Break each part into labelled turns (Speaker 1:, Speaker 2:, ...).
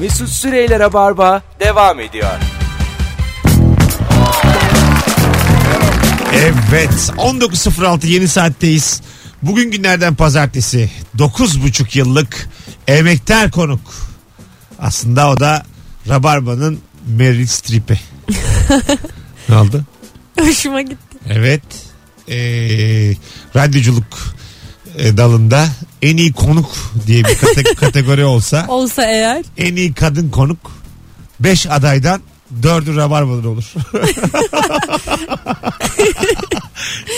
Speaker 1: Mesut Süreyler'e barba devam ediyor.
Speaker 2: Evet 19.06 yeni saatteyiz. Bugün günlerden pazartesi 9.5 yıllık emektar konuk. Aslında o da Rabarba'nın Meryl Streep'i. ne oldu?
Speaker 3: Hoşuma gitti.
Speaker 2: Evet. Ee, radyoculuk e, dalında en iyi konuk diye bir kate- kategori olsa
Speaker 3: Olsa eğer.
Speaker 2: en iyi kadın konuk 5 adaydan 4'ü Rabarba'dan olur.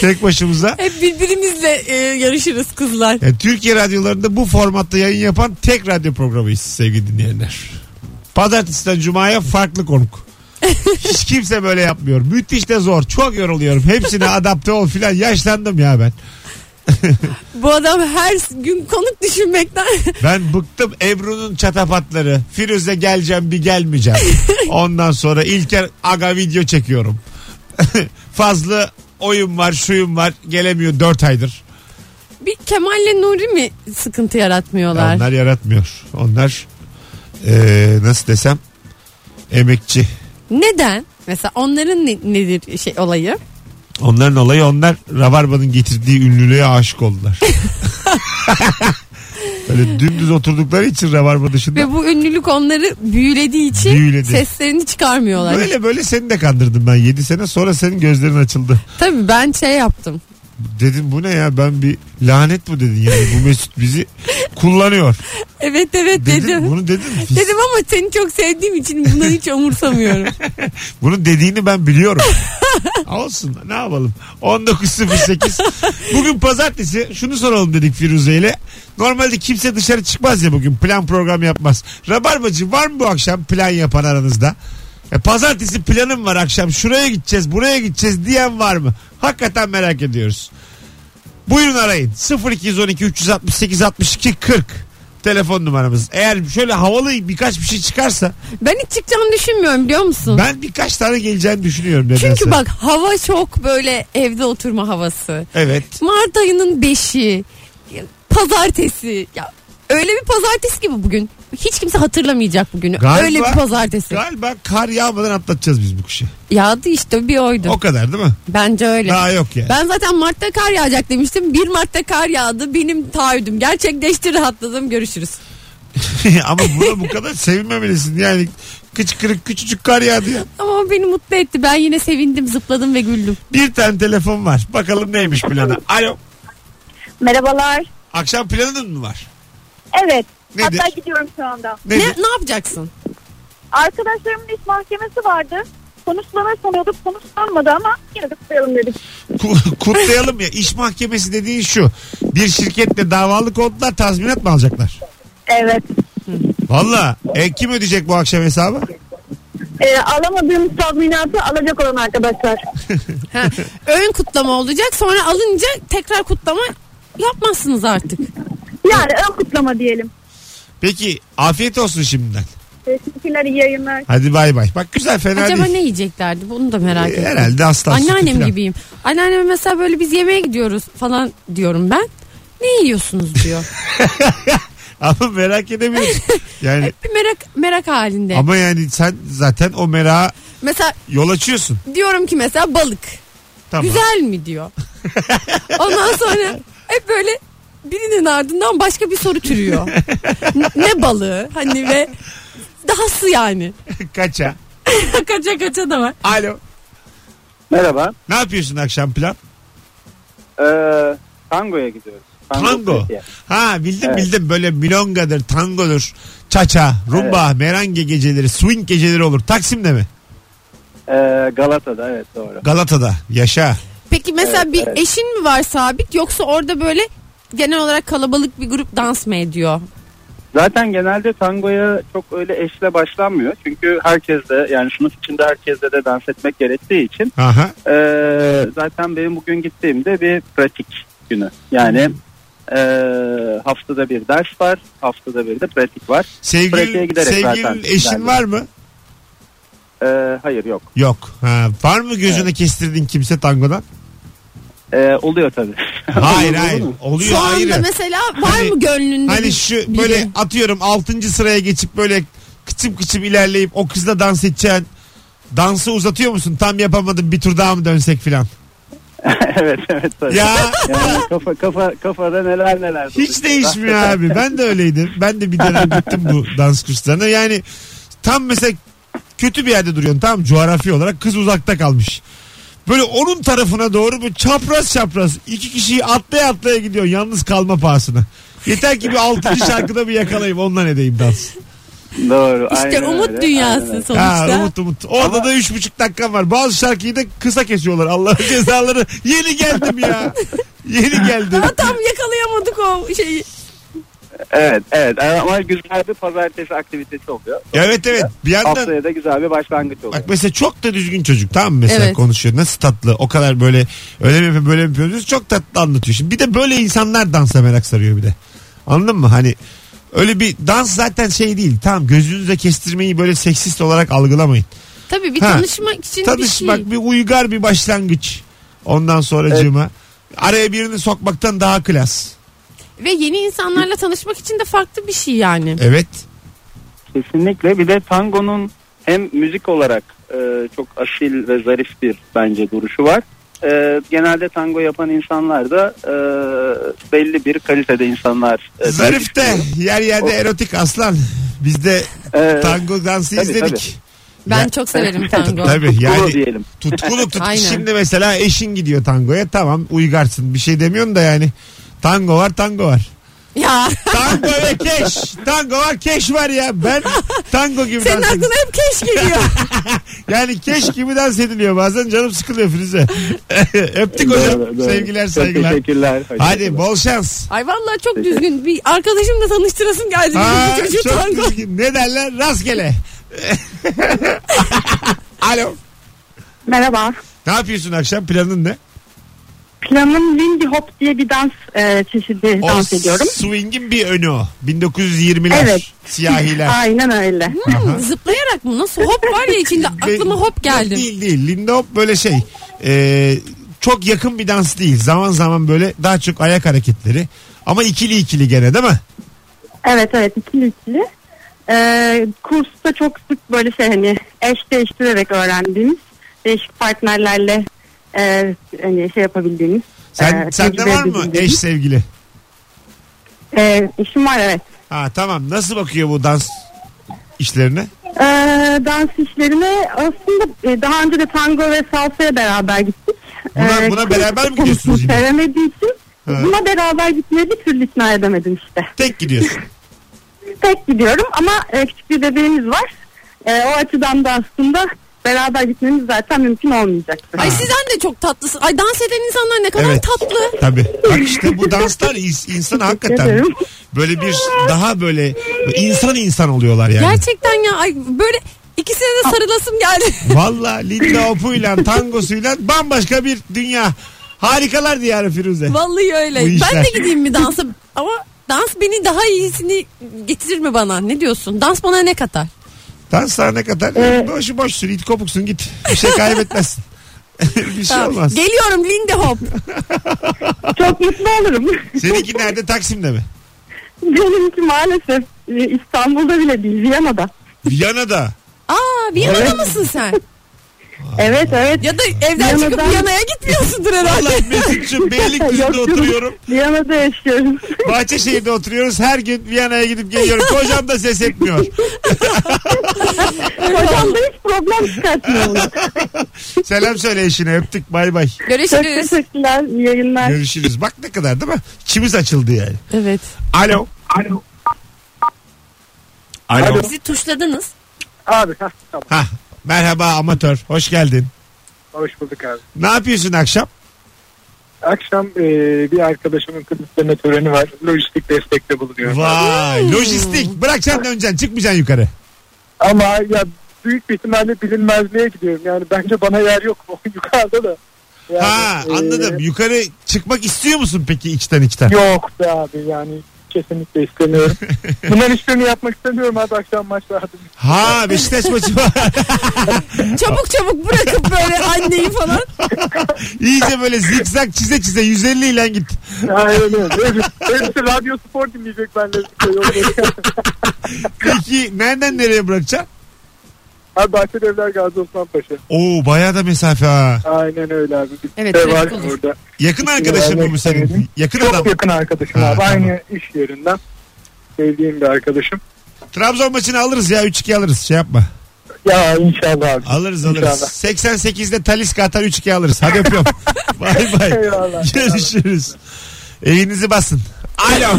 Speaker 2: Tek başımıza
Speaker 3: Hep birbirimizle e, yarışırız kızlar.
Speaker 2: Yani E, Türkiye radyolarında bu formatta yayın yapan tek radyo programıyız sevgili dinleyenler. Pazartesiden cumaya farklı konuk. Hiç kimse böyle yapmıyor. Müthiş de zor. Çok yoruluyorum. Hepsine adapte ol filan. Yaşlandım ya ben.
Speaker 3: Bu adam her gün konuk düşünmekten
Speaker 2: Ben bıktım Ebru'nun çatapatları. Firuze geleceğim bir gelmeyeceğim. Ondan sonra İlker aga video çekiyorum. Fazlı oyun var şuyum var gelemiyor 4 aydır.
Speaker 3: bir Kemal'le Nuri mi sıkıntı yaratmıyorlar?
Speaker 2: Onlar yaratmıyor. Onlar eee, nasıl desem emekçi.
Speaker 3: Neden? Mesela onların ne- nedir şey olayı?
Speaker 2: Onların olayı onlar Rabarba'nın getirdiği ünlülüğe aşık oldular. Böyle dümdüz oturdukları için Rabarba dışında.
Speaker 3: Ve bu ünlülük onları büyülediği için
Speaker 2: Büyüledi.
Speaker 3: seslerini çıkarmıyorlar.
Speaker 2: Böyle böyle seni de kandırdım ben 7 sene sonra senin gözlerin açıldı.
Speaker 3: Tabii ben şey yaptım.
Speaker 2: Dedim bu ne ya ben bir lanet bu dedin yani bu Mesut bizi kullanıyor.
Speaker 3: Evet evet
Speaker 2: Dedim,
Speaker 3: dedim.
Speaker 2: bunu dedim. Fis-
Speaker 3: Dedim ama seni çok sevdiğim için bunları hiç umursamıyorum.
Speaker 2: Bunun dediğini ben biliyorum. Olsun ne yapalım. 19.08 Bugün pazartesi şunu soralım dedik Firuze ile. Normalde kimse dışarı çıkmaz ya bugün plan program yapmaz. Rabarbacı var mı bu akşam plan yapan aranızda? E, pazartesi planım var akşam şuraya gideceğiz buraya gideceğiz diyen var mı? Hakikaten merak ediyoruz. Buyurun arayın 0212 368 62 40 telefon numaramız. Eğer şöyle havalı birkaç bir şey çıkarsa
Speaker 3: ben hiç çıkacağını düşünmüyorum biliyor musun?
Speaker 2: ben birkaç tane geleceğini düşünüyorum nedense.
Speaker 3: Çünkü bak hava çok böyle evde oturma havası.
Speaker 2: Evet.
Speaker 3: Mart ayının 5'i. Pazartesi. Ya öyle bir pazartesi gibi bugün. Hiç kimse hatırlamayacak bugünü.
Speaker 2: Galiba-
Speaker 3: öyle bir pazartesi.
Speaker 2: Galiba kar yağmadan atlatacağız biz bu kışı.
Speaker 3: Yağdı işte bir oydu.
Speaker 2: O kadar değil mi?
Speaker 3: Bence öyle.
Speaker 2: Daha yok yani.
Speaker 3: Ben zaten Mart'ta kar yağacak demiştim. 1 Mart'ta kar yağdı. Benim taahhüdüm gerçekleşti rahatladım. Görüşürüz.
Speaker 2: Ama buna bu kadar sevinmemelisin. Yani kıç kırık küçücük kar yağdı ya.
Speaker 3: Ama o beni mutlu etti. Ben yine sevindim, zıpladım ve güldüm.
Speaker 2: Bir tane telefon var. Bakalım neymiş planı. Alo.
Speaker 4: Merhabalar.
Speaker 2: Akşam planın mı var?
Speaker 4: Evet.
Speaker 2: Nedir?
Speaker 4: Hatta gidiyorum şu anda.
Speaker 3: Ne,
Speaker 2: Nedir?
Speaker 3: ne yapacaksın?
Speaker 4: Arkadaşlarımın iş mahkemesi vardı. Konuşmalar sanıyorduk. Konuşlanmadı ama yine de kutlayalım dedik.
Speaker 2: Ku- Kutlayalım ya. İş mahkemesi dediğin şu. Bir şirketle davalık oldular tazminat mı alacaklar?
Speaker 4: Evet.
Speaker 2: Valla. E, kim ödeyecek bu akşam hesabı?
Speaker 4: Ee, alamadığımız tazminatı alacak olan arkadaşlar.
Speaker 3: Ha, ön kutlama olacak. Sonra alınca tekrar kutlama yapmazsınız artık.
Speaker 4: Yani ön kutlama diyelim.
Speaker 2: Peki afiyet olsun şimdiden.
Speaker 4: Teşekkürler iyi yayınlar.
Speaker 2: Hadi bay bay. Bak güzel fena
Speaker 3: Acaba
Speaker 2: değil.
Speaker 3: ne yiyeceklerdi? Bunu da merak
Speaker 2: E,
Speaker 3: ettim.
Speaker 2: Herhalde aslan sütü
Speaker 3: Anneannem
Speaker 2: falan.
Speaker 3: gibiyim. Anneanneme mesela böyle biz yemeğe gidiyoruz falan diyorum ben. Ne yiyorsunuz diyor.
Speaker 2: Ama merak edebilirsin. Yani
Speaker 3: Bir merak merak halinde.
Speaker 2: ama yani sen zaten o merağa
Speaker 3: Mesela
Speaker 2: yol açıyorsun.
Speaker 3: diyorum ki mesela balık.
Speaker 2: Tamam.
Speaker 3: Güzel mi diyor. Ondan sonra hep böyle birinin ardından başka bir soru türüyor. N- ne balığı hani ve dahası yani.
Speaker 2: Kaça.
Speaker 3: kaça kaça da var.
Speaker 2: Alo.
Speaker 5: Merhaba.
Speaker 2: Ne yapıyorsun akşam plan?
Speaker 5: Ee, tango'ya gidiyoruz.
Speaker 2: Tango.
Speaker 5: pratiğe.
Speaker 2: Ha bildim
Speaker 5: Evet.
Speaker 2: bildim böyle milongadır, tangodur, çaça, rumba, merengue geceleri, swing geceleri olur. Taksim'de mi?
Speaker 5: Ee, Galata'da evet doğru.
Speaker 2: Galata'da. Yaşa.
Speaker 3: Peki mesela
Speaker 5: Evet,
Speaker 3: bir
Speaker 5: evet.
Speaker 3: eşin mi var sabit yoksa orada böyle genel olarak kalabalık bir grup dans mı ediyor?
Speaker 5: Zaten genelde tangoya çok öyle eşle başlanmıyor. Çünkü herkes de yani sınıf içinde herkesle de dans etmek gerektiği için
Speaker 2: Aha.
Speaker 5: ee, zaten benim bugün gittiğimde bir pratik günü. Yani
Speaker 2: Hmm.
Speaker 5: ee, haftada bir ders var, haftada bir de pratik var. Pratiğe
Speaker 2: Sevgilin,
Speaker 5: giderek
Speaker 2: sevgilin
Speaker 5: zaten
Speaker 2: eşin
Speaker 5: ilerliyor.
Speaker 2: var mı?
Speaker 5: Ee, hayır yok.
Speaker 2: Yok. Ha, var mı gözüne kestirdiğin kimse tangodan?
Speaker 5: Ee, oluyor tabii.
Speaker 2: Hayır
Speaker 5: Olur mu?
Speaker 2: hayır. Oluyor
Speaker 3: Şu anda
Speaker 2: hayır.
Speaker 3: mesela var
Speaker 2: Hani-
Speaker 3: mı gönlünde
Speaker 2: Hani
Speaker 3: bir-
Speaker 2: şu
Speaker 3: biri?
Speaker 2: böyle atıyorum 6. sıraya geçip böyle kıçım kıçım ilerleyip o kızla dans edeceksin. Dansı uzatıyor musun? Tam yapamadım bir tur daha mı dönsek filan.
Speaker 5: evet evet tabii.
Speaker 2: Ya
Speaker 5: Yani kafa, kafa, kafada neler neler.
Speaker 2: hiç
Speaker 5: dolaşıyor.
Speaker 2: değişmiyor abi. Ben de öyleydim. Ben de bir dönem gittim bu dans kurslarına. Yani tam mesela kötü bir yerde duruyorsun tam coğrafi olarak kız uzakta kalmış. Böyle onun tarafına doğru bu çapraz çapraz iki kişiyi atlaya atlaya gidiyor yalnız kalma pahasına. Yeter ki bir altıncı şarkıda bir yakalayayım ondan edeyim dans.
Speaker 5: Doğru.
Speaker 3: İşte
Speaker 5: aynen
Speaker 3: umut
Speaker 5: öyle,
Speaker 3: dünyası
Speaker 5: aynen öyle.
Speaker 2: Ha,
Speaker 3: sonuçta.
Speaker 2: umut umut. Orada
Speaker 5: Ama-
Speaker 2: da üç buçuk dakikam var. Bazı şarkıyı da kısa kesiyorlar. Allah'ın cezaları. Yeni geldim ya. Yeni geldim.
Speaker 3: Ama tam yakalayamadık o şeyi.
Speaker 5: Evet evet ama güzel bir pazartesi aktivitesi oluyor.
Speaker 2: evet evet. Bir yandan
Speaker 5: Haftaya da güzel bir başlangıç oluyor.
Speaker 2: Bak mesela çok da düzgün çocuk tamam mı mesela
Speaker 3: Evet.
Speaker 2: konuşuyor. Nasıl tatlı o kadar böyle öyle mi yapıyor böyle mi yapıyor diyorsun. çok tatlı anlatıyor. Şimdi bir de böyle insanlar dansa merak sarıyor bir de. Anladın mı hani öyle bir dans zaten şey değil tamam gözünüze kestirmeyi böyle seksist olarak algılamayın.
Speaker 3: Tabii bir
Speaker 2: Ha.
Speaker 3: tanışmak için
Speaker 2: Tanışmak
Speaker 3: bir şey.
Speaker 2: bir uygar bir başlangıç ondan sonracığıma. Araya birini sokmaktan daha klas.
Speaker 3: şey. Ve yeni insanlarla tanışmak için de farklı bir şey yani.
Speaker 2: Evet.
Speaker 5: Kesinlikle bir de tangonun hem müzik olarak e, çok aşil ve zarif bir bence duruşu var. E, genelde tango yapan insanlar da e, belli bir kalitede insanlar. e,
Speaker 2: Zarif de yer yerde erotik aslan. Biz de
Speaker 5: E,
Speaker 2: tango dansı
Speaker 5: Tabii,
Speaker 2: izledik.
Speaker 5: tabii.
Speaker 3: Ben
Speaker 2: Ya-
Speaker 3: çok severim tango.
Speaker 2: Tabii
Speaker 5: yani...
Speaker 2: yani
Speaker 5: diyelim.
Speaker 2: Tutkuluk tut.
Speaker 3: Aynen.
Speaker 2: Şimdi mesela eşin gidiyor tangoya tamam uygarsın bir şey demiyorsun da yani. Tango var tango var.
Speaker 3: ya
Speaker 2: Tango ve keş. Tango var keş var ya. Ben tango gibi
Speaker 3: senin
Speaker 2: dans ediyorum.
Speaker 3: aklına hep keş geliyor.
Speaker 2: Yani keş gibi dans ediliyor bazen canım sıkılıyor Firuze. Öptük hocam.
Speaker 5: Doğru, doğru.
Speaker 2: Sevgiler
Speaker 5: Çok
Speaker 2: saygılar.
Speaker 5: Teşekkürler. Hoşça
Speaker 2: Hadi
Speaker 5: kalın.
Speaker 2: bol şans.
Speaker 3: Ay vallahi çok düzgün. Bir arkadaşımla tanıştırasım geldi.
Speaker 2: Aa,
Speaker 3: benim bu çocuğu
Speaker 2: çok
Speaker 3: tango.
Speaker 2: düzgün. ne derler rastgele. Alo.
Speaker 6: Merhaba.
Speaker 2: Ne yapıyorsun akşam planın ne?
Speaker 6: Planım Lindy Hop diye bir dans e, çeşidi
Speaker 2: O
Speaker 6: dans ediyorum.
Speaker 2: Swing'in bir önü o. 1920'ler.
Speaker 6: Evet.
Speaker 2: Siyahiler.
Speaker 6: Aynen öyle.
Speaker 2: Aha.
Speaker 3: Zıplayarak mı? Nasıl hop var ya içinde aklıma hop
Speaker 2: Yok,
Speaker 3: geldi.
Speaker 2: Değil değil. Linda Hop böyle şey. e, çok yakın bir dans değil. Zaman zaman böyle daha çok ayak hareketleri. Ama ikili ikili gene değil mi?
Speaker 6: Evet evet ikili ikili. E, kursta çok sık böyle şey hani eş değiştirerek öğrendiğimiz değişik partnerlerle e, hani şey yapabildiğimiz.
Speaker 2: Sen
Speaker 6: e,
Speaker 2: sende
Speaker 6: tecrübe
Speaker 2: var mı eş
Speaker 6: edebildiğimiz.
Speaker 2: sevgili?
Speaker 6: E, eşim var evet.
Speaker 2: Ha tamam. Nasıl bakıyor bu dans işlerine?
Speaker 6: E, dans işlerine aslında e, daha önce de tango ve salsaya beraber gittik.
Speaker 2: Buna-
Speaker 6: E,
Speaker 2: buna
Speaker 6: kız
Speaker 2: beraber mi gidiyorsunuz
Speaker 6: konusunu
Speaker 2: yine?
Speaker 6: Sevemediği için
Speaker 2: Ha.
Speaker 6: buna beraber gitmeyi bir türlü ikna edemedim işte.
Speaker 2: Tek gidiyorsun.
Speaker 6: tek gidiyorum ama e, küçük bir bebeğimiz var. E, o açıdan da aslında beraber gitmemiz zaten mümkün olmayacaktı.
Speaker 3: Ay sizden de çok tatlısın. Ay dans eden insanlar ne kadar
Speaker 2: Evet.
Speaker 3: tatlı.
Speaker 2: Tabii. Bak işte bu danslar ins- insan hakikaten
Speaker 6: ederim.
Speaker 2: böyle bir daha böyle insan insan oluyorlar yani.
Speaker 3: Gerçekten ya ay böyle ikisine de sarılasım geldi.
Speaker 2: Valla Linda Hop'uyla tangosuyla bambaşka bir dünya. Harikalar diyarı Firuze.
Speaker 3: Vallahi öyle.
Speaker 2: Bu işler.
Speaker 3: Ben de gideyim bir dansa. Ama dans beni daha iyisini getirir mi bana? Ne diyorsun? Dans bana ne katar?
Speaker 2: Dans ne kadar
Speaker 6: Ee,
Speaker 2: boşu boşsun it kopuksun git. Bir şey kaybetmezsin. bir şey
Speaker 3: Tamam.
Speaker 2: olmaz.
Speaker 3: Geliyorum Lindy Hop.
Speaker 6: Çok mutlu olurum.
Speaker 2: Seninki nerede Taksim'de mi?
Speaker 6: Benimki maalesef e, İstanbul'da bile değil Viyana'da.
Speaker 2: Viyana'da.
Speaker 3: Aa Viyana'da
Speaker 6: Evet.
Speaker 3: mısın sen?
Speaker 6: Evet evet.
Speaker 3: Ya da evden çıkıp
Speaker 6: Viyana'dan-
Speaker 3: Viyana'ya gitmiyorsundur herhalde.
Speaker 2: Vallahi Mesut'cum Beylikdüzü'nde
Speaker 6: Yok, yok.
Speaker 2: oturuyorum.
Speaker 6: Viyana'da yaşıyorum.
Speaker 2: Bahçeşehir'de oturuyoruz. Her gün Viyana'ya gidip geliyorum. Kocam da ses etmiyor.
Speaker 6: Hocam da hiç problem çıkartmıyor. ona.
Speaker 2: Selam söyle eşine öptük bay bay.
Speaker 6: Çok
Speaker 3: Görüşürüz.
Speaker 6: teşekkürler. iyi yayınlar.
Speaker 2: Görüşürüz. Bak ne kadar değil mi? İçimiz açıldı yani.
Speaker 3: Evet.
Speaker 2: Alo. Alo. Alo.
Speaker 3: Bizi tuşladınız.
Speaker 7: Abi heh, tamam.
Speaker 2: Hah. Merhaba amatör. Hoş geldin.
Speaker 7: Hoş bulduk abi.
Speaker 2: Ne yapıyorsun akşam?
Speaker 7: Akşam e, bir arkadaşımın kızlarına töreni var. Lojistik destekte bulunuyor.
Speaker 2: Vay lojistik. Bırakacaksın döneceksin çıkmayacaksın yukarı.
Speaker 7: Ama ya büyük bir ihtimalle bilinmezliğe gidiyorum. Yani bence bana yer yok. O yukarıda da. Yani,
Speaker 2: ha
Speaker 7: e,
Speaker 2: anladım. Yukarı çıkmak istiyor musun peki içten içten?
Speaker 7: yok be abi yani kesinlikle istemiyorum. Bunların hiçbirini yapmak istemiyorum abi akşam maçlarda.
Speaker 2: Ha Beşiktaş maçı var.
Speaker 3: Çabuk çabuk bırakıp böyle anneyi falan.
Speaker 2: İyice böyle zikzak çize çize 150 ile git.
Speaker 7: şey, Aynen öyle. Hepsi radyo spor dinleyecek benle.
Speaker 2: Peki Peki nereden nereye bırakacaksın?
Speaker 7: Abi Bahçeli Evler Gazi Osman Paşa.
Speaker 2: Oo bayağı da mesafe ha.
Speaker 7: Aynen öyle abi. Bir
Speaker 3: Evet,
Speaker 7: de
Speaker 3: trafik
Speaker 7: var
Speaker 3: olur.
Speaker 7: orada.
Speaker 2: Yakın arkadaşın mı bu senin? Yakın
Speaker 7: Çok
Speaker 2: adam.
Speaker 7: yakın arkadaşım
Speaker 2: Ha,
Speaker 7: abi.
Speaker 2: tamam.
Speaker 7: Aynı iş yerinden. Sevdiğim bir arkadaşım.
Speaker 2: Trabzon maçını alırız ya 3-2 alırız şey yapma.
Speaker 7: Ya inşallah abi.
Speaker 2: Alırız alırız.
Speaker 7: İnşallah.
Speaker 2: 88'de Taliska atar 3-2 alırız. Hadi öpüyorum. bay bay.
Speaker 7: Eyvallah.
Speaker 2: Görüşürüz. Evinizi basın. Alo.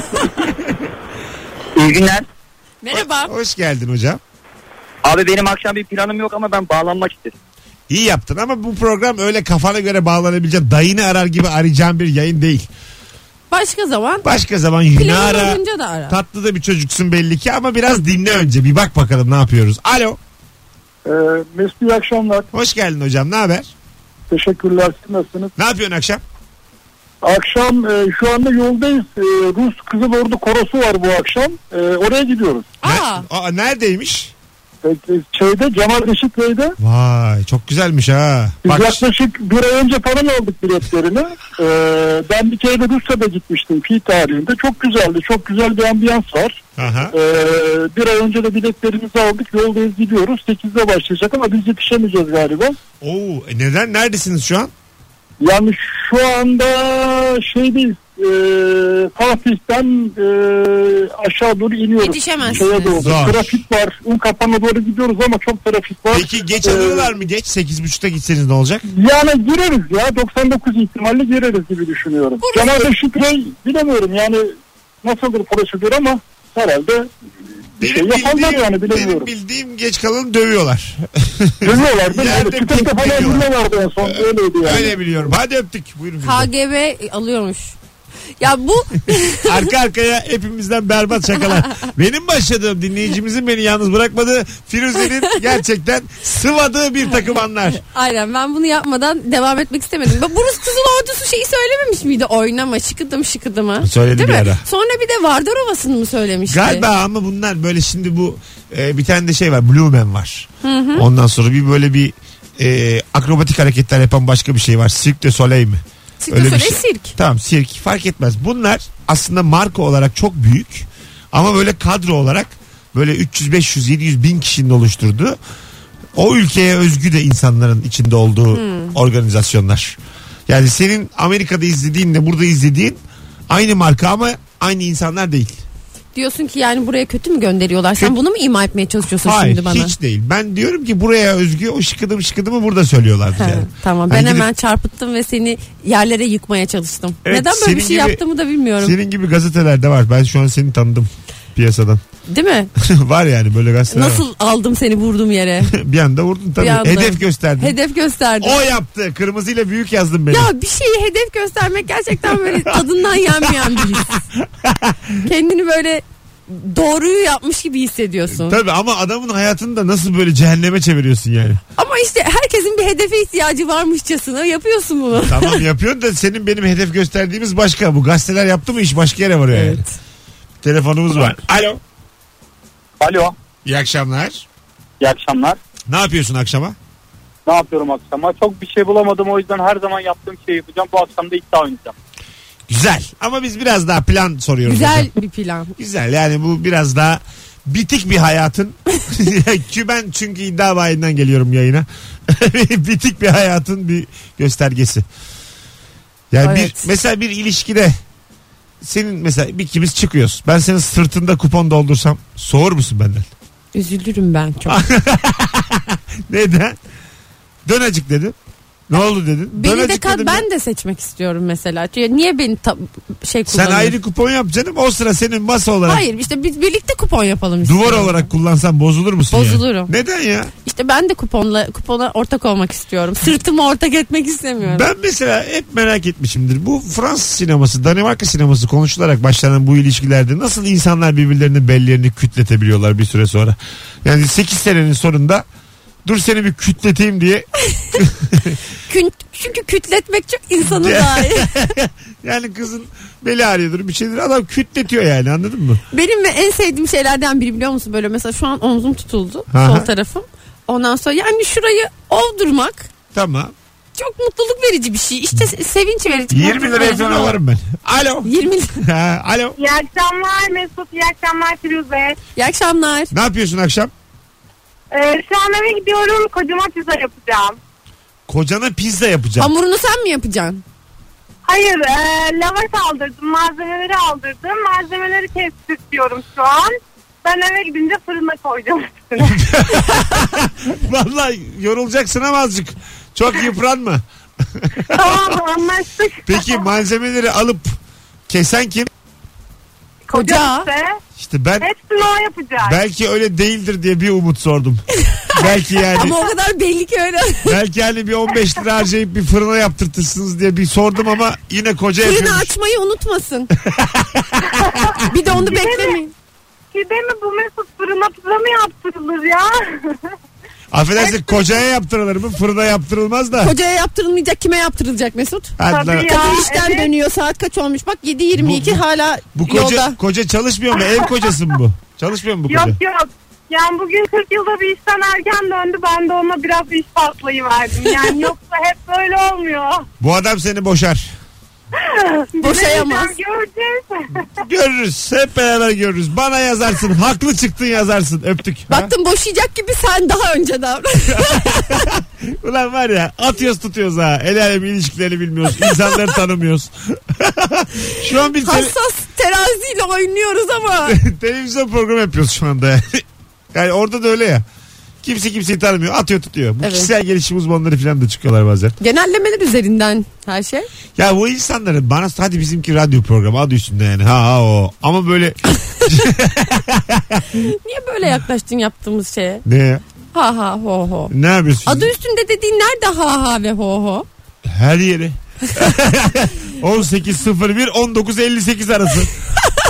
Speaker 5: İyi günler.
Speaker 3: Merhaba.
Speaker 2: Hoş geldin hocam.
Speaker 5: Abi benim akşam bir planım yok ama ben bağlanmak istedim.
Speaker 2: İyi yaptın ama bu program öyle kafana göre bağlanabileceğin dayını arar gibi arayacağın bir yayın değil.
Speaker 3: Başka zaman
Speaker 2: Başka zaman yine
Speaker 3: planın
Speaker 2: ara.
Speaker 3: olunca da ara.
Speaker 2: Tatlı da bir çocuksun belli ki ama biraz dinle önce. Bir bak bakalım ne yapıyoruz. Alo.
Speaker 7: Ee, Mesut iyi akşamlar.
Speaker 2: Hoş geldin hocam. Ne haber?
Speaker 7: Teşekkürler. Siz nasılsınız?
Speaker 2: Ne yapıyorsun akşam?
Speaker 7: Akşam e, şu anda yoldayız. E, Rus Kızıl Ordu Korosu var bu akşam. E, oraya gidiyoruz.
Speaker 3: Aa,
Speaker 2: Ne- Aa, neredeymiş?
Speaker 7: E, e, şeyde Cemal Reşit Bey'de
Speaker 2: Vay çok güzelmiş ha.
Speaker 7: biz
Speaker 2: Bak,
Speaker 7: yaklaşık bir ay önce falan aldık biletlerini. E, ben bir kere de Rusya'da gitmiştim fi tarihinde. Çok güzeldi. Çok güzel bir ambiyans var.
Speaker 2: aha.
Speaker 7: E, bir ay önce de biletlerimizi aldık. Yoldayız gidiyoruz. 8'de başlayacak ama biz yetişemeyeceğiz galiba.
Speaker 2: Oo, e neden? Neredesiniz şu an?
Speaker 7: Yani şu anda şeydeyiz. E, Fatih'ten e, aşağı doğru iniyoruz. Şeye doğru.
Speaker 3: yetişemezsiniz.
Speaker 2: Zor.
Speaker 7: Trafik var. Un kapana doğru gidiyoruz ama çok trafik var. Ee,
Speaker 2: Peki geç alırlar mı geç? 8.30'da gitseniz ne olacak?
Speaker 7: Yani gireriz ya. 99 ihtimalle gireriz gibi düşünüyorum.
Speaker 3: Burası-
Speaker 7: Genelde şifreyi bilemiyorum yani nasıldır prosedür ama herhalde bir şey yaparlar
Speaker 2: benim
Speaker 7: yani bilemiyorum.
Speaker 2: bildiğim geç kalanı dövüyorlar.
Speaker 7: Dönüyorlar değil mi?
Speaker 2: Yerde
Speaker 7: Öyle Çıkıp da falan
Speaker 2: bekliyorlar.
Speaker 7: dinliyorlardı en son.
Speaker 2: Ee,
Speaker 7: Öyleydi yani.
Speaker 2: Öyle biliyorum. Hadi öptük. Buyurun. bize.
Speaker 3: KGB alıyormuş. Ya bu
Speaker 2: Arka arkaya hepimizden berbat şakalar. Benim başladığım dinleyicimizin beni yalnız bırakmadığı Firuze'nin gerçekten sıvadığı bir takım anlar.
Speaker 3: aynen ben bunu yapmadan devam etmek istemedim. Bu Buruz Kızıl Ordusu şeyi söylememiş miydi? Oynama şıkıdım şıkıdıma.
Speaker 2: Söyledi
Speaker 3: Değil
Speaker 2: bir
Speaker 3: mi?
Speaker 2: ara.
Speaker 3: Sonra bir de Vardar Ovası'nı mı söylemişti?
Speaker 2: Galiba ama bunlar böyle şimdi bu e, bir tane de şey var Blue Man var. Ondan sonra bir böyle bir e, akrobatik hareketler yapan başka bir şey var. Cirque du Soleil mi?
Speaker 3: Cirque du
Speaker 2: Öyle bir
Speaker 3: Soleil
Speaker 2: şey.
Speaker 3: sirk.
Speaker 2: Tamam sirk fark etmez. Bunlar aslında marka olarak çok büyük ama böyle kadro olarak böyle 300 500 700 bin kişinin oluşturduğu o ülkeye özgü de insanların içinde olduğu organizasyonlar. Yani senin Amerika'da izlediğinle burada izlediğin aynı marka ama aynı insanlar değil.
Speaker 3: Diyorsun ki yani buraya kötü mü gönderiyorlar? Sen
Speaker 2: Kötü-
Speaker 3: bunu mu ima etmeye çalışıyorsun
Speaker 2: Hayır
Speaker 3: şimdi bana?
Speaker 2: hiç değil. Ben diyorum ki buraya özgü o şıkıdım şıkıdımı burada söylüyorlardı
Speaker 3: Ha,
Speaker 2: yani.
Speaker 3: Tamam
Speaker 2: Hani
Speaker 3: ben
Speaker 2: gidip-
Speaker 3: hemen çarpıttım ve seni yerlere yıkmaya çalıştım.
Speaker 2: Evet,
Speaker 3: Neden
Speaker 2: senin
Speaker 3: böyle bir şey
Speaker 2: gibi-
Speaker 3: yaptığımı da bilmiyorum.
Speaker 2: Senin gibi gazetelerde var. Ben şu an seni tanıdım piyasadan.
Speaker 3: Değil mi?
Speaker 2: var yani böyle gazeteler var.
Speaker 3: Nasıl aldım seni vurdum yere?
Speaker 2: bir anda vurdun tabii.
Speaker 3: Bir anda.
Speaker 2: Hedef gösterdin.
Speaker 3: Hedef gösterdim.
Speaker 2: O yaptı. Kırmızıyla büyük yazdım beni.
Speaker 3: Ya bir şeyi hedef göstermek gerçekten böyle tadından yenmeyen bir his. Kendini böyle doğruyu yapmış gibi hissediyorsun.
Speaker 2: Tabii ama adamın hayatını da nasıl böyle cehenneme çeviriyorsun yani.
Speaker 3: Ama işte herkesin bir hedefe ihtiyacı varmışçasına yapıyorsun bunu.
Speaker 2: Tamam yapıyorsun da senin benim hedef gösterdiğimiz başka. Bu gazeteler yaptı mı iş başka yere varıyor yani.
Speaker 3: Evet.
Speaker 2: Telefonumuz var. Alo.
Speaker 5: Alo.
Speaker 2: İyi akşamlar.
Speaker 5: İyi akşamlar.
Speaker 2: Ne yapıyorsun akşama?
Speaker 5: Ne yapıyorum akşama? Çok bir şey bulamadım o yüzden her zaman yaptığım şeyi yapacağım. Bu akşam da iddia oynayacağım.
Speaker 2: Güzel. Ama biz biraz daha plan soruyoruz. hocam.
Speaker 3: Güzel bir plan.
Speaker 2: Güzel yani bu biraz daha bitik bir hayatın ki ben çünkü iddia bayinden geliyorum yayına bitik bir hayatın bir göstergesi. Yani
Speaker 3: Evet.
Speaker 2: bir mesela bir ilişkide senin mesela bir ikimiz çıkıyoruz. Ben senin sırtında kupon doldursam soğur musun benden?
Speaker 3: Üzülürüm ben çok.
Speaker 2: Ah, Neden? Dönecik dedim. Ne oldu dedin?
Speaker 3: Beni de
Speaker 2: Dönecik
Speaker 3: kat
Speaker 2: dedim.
Speaker 3: ben de seçmek istiyorum mesela. Ya Niye beni ta-
Speaker 2: Sen
Speaker 3: şey kullanıyorsun?
Speaker 2: ayrı kupon yap canım. O sıra senin masa olarak
Speaker 3: Hayır işte biz birlikte kupon yapalım
Speaker 2: duvar
Speaker 3: istiyorum.
Speaker 2: olarak kullansan bozulur musun? yani?
Speaker 3: Bozulurum.
Speaker 2: Neden ya?
Speaker 3: İşte ben de kuponla kupona ortak olmak istiyorum. Sırtımı ortak etmek istemiyorum.
Speaker 2: Ben mesela hep merak etmişimdir. Bu Fransız sineması, Danimarka sineması konuşularak başlanan bu ilişkilerde nasıl insanlar birbirlerinin bellerini kütletebiliyorlar bir süre sonra? Yani 8 senenin sonunda dur seni bir kütleteyim diye.
Speaker 3: Kün- çünkü kütletmek çok insanı dair.
Speaker 2: Yani kızın beli ağrıyordur bir şeydir. Adam kütletiyor yani anladın mı?
Speaker 3: Benim ve en sevdiğim şeylerden biri biliyor musun? Böyle mesela şu an omzum tutuldu.
Speaker 2: Aha.
Speaker 3: Sol tarafım. Ondan sonra yani şurayı ovdurmak.
Speaker 2: Tamam.
Speaker 3: çok mutluluk verici bir şey. İşte se- sevinç verici.
Speaker 2: 20
Speaker 3: mutluluk
Speaker 2: liraya
Speaker 3: verici.
Speaker 2: falan alırım ben. Alo.
Speaker 3: 20 lira.
Speaker 2: Ha, alo.
Speaker 4: İyi akşamlar Mesut, iyi akşamlar Firuze.
Speaker 3: İyi akşamlar.
Speaker 2: Ne yapıyorsun akşam?
Speaker 4: Ee, şu an eve gidiyorum, kocama pizza yapacağım.
Speaker 2: Kocana pizza yapacağım.
Speaker 3: Hamurunu sen mi yapacaksın?
Speaker 4: Hayır, e, lavaş aldırdım, malzemeleri aldırdım. Malzemeleri kestiriyorum şu an. Ben eve gidince fırına koyacağım üstüne.
Speaker 2: Vallahi yorulacaksın ama azıcık. Çok yıpranma.
Speaker 4: tamam anlaştık.
Speaker 2: Peki malzemeleri alıp kesen kim?
Speaker 3: Koca.
Speaker 4: Koca işte.
Speaker 2: İşte ben
Speaker 4: Hepsini o yapacak.
Speaker 2: belki öyle değildir diye bir umut sordum. belki yani
Speaker 3: Ama o kadar belli ki öyle.
Speaker 2: belki yani bir 15 lira harcayıp bir fırına yaptırtırsınız diye bir sordum ama yine koca
Speaker 3: Fırını
Speaker 2: yapıyormuş.
Speaker 3: açmayı unutmasın. bir de onu beklemeyin.
Speaker 4: Ki de mi bu Mesut fırına pizza mı yaptırılır ya?
Speaker 2: Affedersin kocaya yaptırılır mı? Fırına yaptırılmaz da.
Speaker 3: Kocaya yaptırılmayacak kime yaptırılacak Mesut?
Speaker 2: Hadi lan.
Speaker 4: Tabii ya.
Speaker 3: Kadın işten
Speaker 4: evet.
Speaker 3: dönüyor saat kaç olmuş bak 7.22
Speaker 2: Bu- bu-
Speaker 3: hala
Speaker 2: Bu koca,
Speaker 3: yolda.
Speaker 2: koca çalışmıyor mu? Ev kocası mı bu? Çalışmıyor mu bu koca?
Speaker 4: yok yok. Yani bugün 40 yılda bir işten erken döndü. Ben de ona biraz iş patlayı verdim. Yani yoksa hep böyle olmuyor.
Speaker 2: Bu adam seni boşar.
Speaker 3: Boşayamaz.
Speaker 4: Bilemeyeceğim, Göreceğiz.
Speaker 2: Görürüz. Hep beraber görürüz. Bana yazarsın. Haklı çıktın yazarsın. Öptük. Ha?
Speaker 3: Baktım boşayacak gibi sen daha önce davran.
Speaker 2: Ulan var ya atıyoruz tutuyoruz ha. El alem ilişkilerini bilmiyoruz. İnsanları tanımıyoruz. şu an bir tele-
Speaker 3: Hassas teraziyle oynuyoruz ama.
Speaker 2: televizyon programı yapıyoruz şu anda. yani. Yani orada da öyle ya. Kimse kimseyi tanımıyor. Atıyor tutuyor. Bu
Speaker 3: Evet.
Speaker 2: kişisel gelişim uzmanları falan da çıkıyorlar bazen.
Speaker 3: Genellemeler üzerinden her şey.
Speaker 2: Ya bu insanların bana hadi bizimki radyo programı adı üstünde yani. Ha, ha o. Ama böyle
Speaker 3: Niye böyle yaklaştın yaptığımız şeye?
Speaker 2: ne
Speaker 3: Ha ha ho ho.
Speaker 2: ne yapıyorsun?
Speaker 3: Adı üstünde dediğin nerede ha ha ve ho ho?
Speaker 2: Her yeri. 18.01 19.58 arası.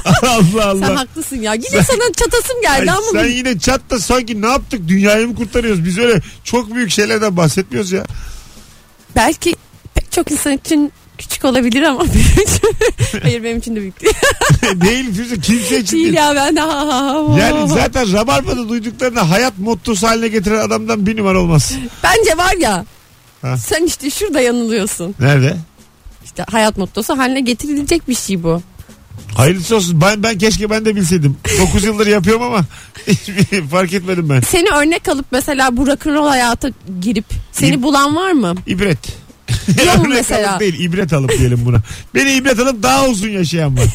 Speaker 2: Allah
Speaker 3: Sen
Speaker 2: Allah.
Speaker 3: haklısın ya. Yine sana çatasım geldi
Speaker 2: Ay,
Speaker 3: ama
Speaker 2: sen yine çatla sanki ne yaptık dünyayı mı kurtarıyoruz biz öyle çok büyük şeylerden bahsetmiyoruz ya.
Speaker 3: belki pek çok insan için küçük olabilir ama benim için- Hayır benim için de büyük değil.
Speaker 2: değil Firuze kimse için
Speaker 3: değil
Speaker 2: değil.
Speaker 3: ya ben de ha ha ha ho ho.
Speaker 2: Yani zaten Rabarba'da duyduklarını hayat mottosu haline getiren adamdan bir numara olmaz.
Speaker 3: Bence var ya
Speaker 2: Ha.
Speaker 3: sen işte şurada yanılıyorsun.
Speaker 2: Nerede?
Speaker 3: İşte hayat mottosu haline getirilecek bir şey bu.
Speaker 2: Hayırlısı olsun. Ben, ben keşke ben de bilseydim. 9 yıldır yapıyorum ama hiçbir- fark etmedim ben.
Speaker 3: Seni örnek alıp mesela bu rock'n'roll hayata girip seni
Speaker 2: İyi.
Speaker 3: bulan var mı?
Speaker 2: İbret.
Speaker 3: Yok
Speaker 2: Örnek
Speaker 3: mesela.
Speaker 2: alıp değil ibret alıp diyelim buna. Beni ibret alıp daha uzun yaşayan var.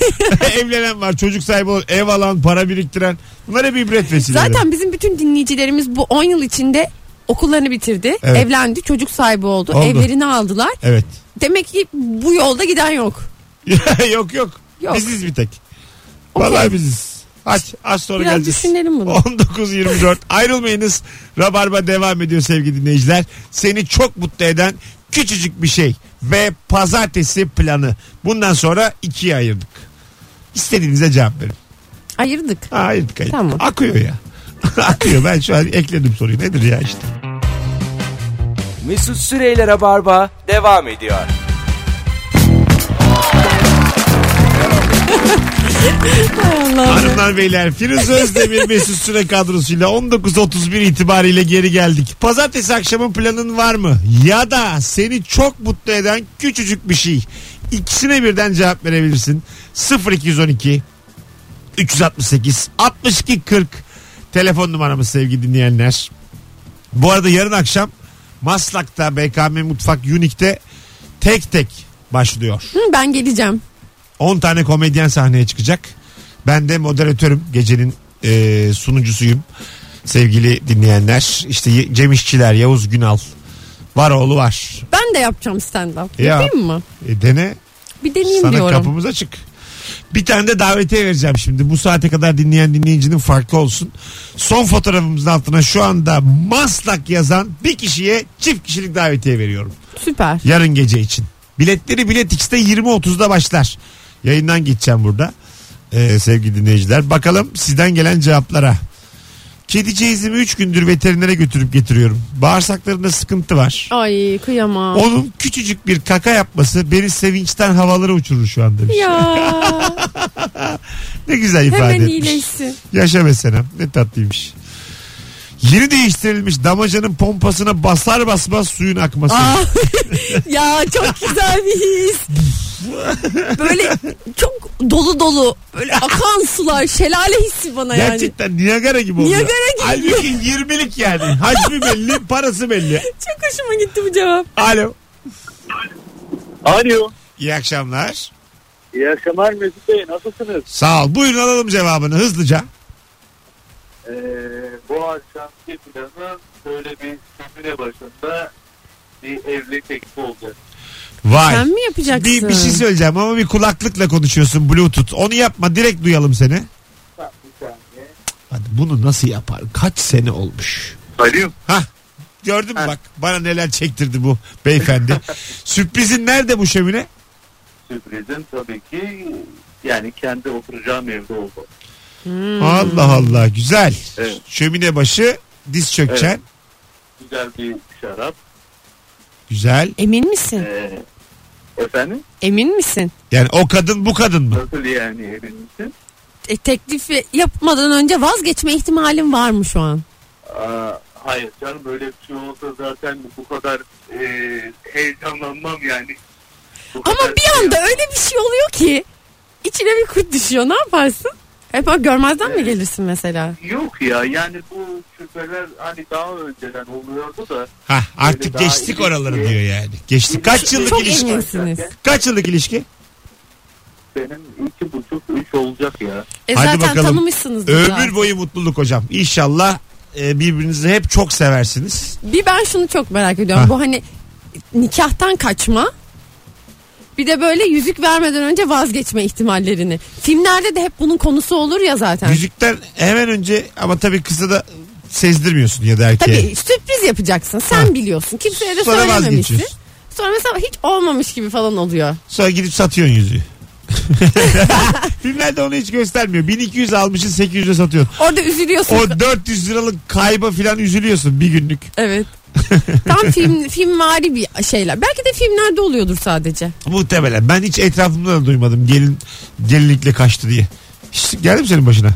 Speaker 2: Evlenen var, çocuk sahibi olan, ev alan, para biriktiren. Bunlar hep ibret vesileleri.
Speaker 3: Zaten bizim bütün dinleyicilerimiz bu 10 yıl içinde okullarını bitirdi,
Speaker 2: Evet.
Speaker 3: evlendi, çocuk sahibi oldu,
Speaker 2: Oldu.
Speaker 3: evlerini aldılar.
Speaker 2: Evet.
Speaker 3: Demek ki bu yolda giden yok.
Speaker 2: yok yok.
Speaker 3: Yok.
Speaker 2: Biziz bir tek.
Speaker 3: Okey.
Speaker 2: Vallahi biziz. Aç, az sonra
Speaker 3: Biraz
Speaker 2: geleceğiz.
Speaker 3: düşünelim bunu.
Speaker 2: 19.24 ayrılmayınız. Rabarba devam ediyor sevgili dinleyiciler. Seni çok mutlu eden küçücük bir şey ve pazartesi planı. Bundan sonra ikiye ayırdık. İstediğinize cevap verin.
Speaker 3: Ayırdık.
Speaker 2: Ha, ayırdık ayırdık.
Speaker 3: Tamam.
Speaker 2: Akıyor ya. Akıyor ben şu an ekledim soruyu. Nedir ya işte.
Speaker 1: Mesut Süreyler'e barba devam ediyor.
Speaker 2: Hanımlar beyler Firuz Özdemir Mesut Süre kadrosuyla 19.31 itibariyle geri geldik. Pazartesi akşamın planın var mı? Ya da seni çok mutlu eden küçücük bir şey. İkisine birden cevap verebilirsin. 0212 368 62 40 telefon numaramız sevgili dinleyenler. Bu arada yarın akşam Maslak'ta BKM Mutfak Unique'de tek tek başlıyor.
Speaker 3: Hı, ben geleceğim.
Speaker 2: 10 tane komedyen sahneye çıkacak. Ben de moderatörüm. Gecenin e, sunucusuyum. Sevgili dinleyenler. İşte Ye- Cem İşçiler, Yavuz Günal. Var oğlu var.
Speaker 3: Ben de yapacağım stand-up.
Speaker 2: Ya.
Speaker 3: Yapayım mı?
Speaker 2: E, dene
Speaker 3: Bir deneyeyim
Speaker 2: sana
Speaker 3: diyorum.
Speaker 2: kapımız açık. Bir tane de davetiye vereceğim şimdi. Bu saate kadar dinleyen dinleyicinin farkı olsun. Son fotoğrafımızın altına şu anda Maslak yazan bir kişiye çift kişilik davetiye veriyorum.
Speaker 3: Süper.
Speaker 2: Yarın gece için. Biletleri Bilet X'te 20.30'da başlar. Yayından gideceğim burada. Ee, sevgili dinleyiciler. Bakalım sizden gelen cevaplara. Kediciğizimi 3 gündür veterinere götürüp getiriyorum. Bağırsaklarında sıkıntı var.
Speaker 3: Ay kıyamam.
Speaker 2: Onun küçücük bir kaka yapması beni sevinçten havalara uçurur şu anda.
Speaker 3: Ya
Speaker 2: Ne güzel ifade
Speaker 3: hemen
Speaker 2: etmiş.
Speaker 3: iyileşsin.
Speaker 2: Yaşa be Senem. Ne tatlıymış. Yeni değiştirilmiş damacanın pompasına basar basmaz suyun akması.
Speaker 3: Aa, ya çok güzel bir his. Böyle çok dolu dolu böyle akan sular şelale hissi bana yani.
Speaker 2: Gerçekten Niagara gibi oluyor.
Speaker 3: Niagara gibi.
Speaker 2: Halbuki 20'lik yani. Hacmi belli, parası belli.
Speaker 3: Çok hoşuma gitti bu cevap.
Speaker 2: Alo.
Speaker 7: Alo.
Speaker 2: İyi akşamlar.
Speaker 7: İyi akşamlar Mesut Bey nasılsınız?
Speaker 2: Sağ ol. Buyurun alalım cevabını hızlıca.
Speaker 7: Ee, bu akşamki planı böyle bir sümüne başında bir evlilik teklifi olacak.
Speaker 2: Vay.
Speaker 3: Sen mi yapacaksın?
Speaker 2: Bir, bir şey söyleyeceğim ama bir kulaklıkla konuşuyorsun Bluetooth. Onu yapma direkt duyalım seni. Hadi bunu nasıl yapar? Kaç sene olmuş?
Speaker 7: Alo.
Speaker 2: Hah gördün mü bak bana neler çektirdi bu beyefendi. Sürprizin nerede bu şömine?
Speaker 7: Sürprizim tabii ki yani kendi oturacağım evde oldu.
Speaker 2: Allah Allah güzel.
Speaker 7: Evet.
Speaker 2: Şömine başı diz çökçen.
Speaker 7: Evet. Güzel bir şarap.
Speaker 2: Güzel.
Speaker 3: Emin misin?
Speaker 7: Ee, efendim
Speaker 3: Emin misin?
Speaker 2: Yani o kadın bu kadın mı?
Speaker 7: nasıl yani evinizi?
Speaker 3: E, teklifi yapmadan önce vazgeçme ihtimalim var mı şu an?
Speaker 7: Aa, hayır canım böyle bir şey olsa zaten bu kadar e, heyecanlanmam yani. Bu
Speaker 3: Ama
Speaker 7: kadar-
Speaker 3: bir anda öyle bir şey oluyor ki içine bir kut düşüyor. Ne yaparsın? Hep bak görmezden mi gelirsin mesela?
Speaker 7: Yok ya yani bu şüpheler hani daha önceden oluyordu da.
Speaker 2: Hah artık
Speaker 7: Böyle daha
Speaker 2: geçtik
Speaker 7: ilişki-
Speaker 2: oraları diyor yani. Geçtik. Kaç yıllık
Speaker 3: Çok
Speaker 2: ilişki?
Speaker 3: eminsiniz.
Speaker 2: Kaç yıllık ilişki?
Speaker 7: Benim iki buçuk üç olacak ya.
Speaker 3: E
Speaker 2: Hadi
Speaker 3: zaten
Speaker 2: bakalım.
Speaker 3: tanımışsınız.
Speaker 2: Ömür boyu mutluluk hocam. İnşallah e, birbirinizi hep çok seversiniz.
Speaker 3: Bir ben şunu çok merak ediyorum.
Speaker 2: Ha.
Speaker 3: Bu hani nikahtan kaçma. Bir de böyle yüzük vermeden önce vazgeçme ihtimallerini. Filmlerde de hep bunun konusu olur ya zaten.
Speaker 2: Yüzükten hemen önce ama tabii kıza da sezdirmiyorsun ya da
Speaker 3: Tabii
Speaker 2: erkeğe.
Speaker 3: sürpriz yapacaksın. Sen
Speaker 2: Ha.
Speaker 3: biliyorsun. Kimseye de
Speaker 2: Sonra
Speaker 3: söylememişsin.
Speaker 2: vazgeçiyorsun.
Speaker 3: Sonra mesela hiç olmamış gibi falan oluyor.
Speaker 2: Sonra gidip satıyorsun yüzüğü. Filmlerde onu hiç göstermiyor. 1200 almışsın 800'e satıyorsun.
Speaker 3: Orada üzülüyorsun.
Speaker 2: O 400 liralık kayba filan üzülüyorsun bir günlük.
Speaker 3: Evet. Tam film filmvari bir şeyler. Belki de filmlerde oluyordur sadece.
Speaker 2: Muhtemelen. Ben hiç etrafımda da duymadım gelin gelinlikle kaçtı diye. Hiç geldi mi senin başına?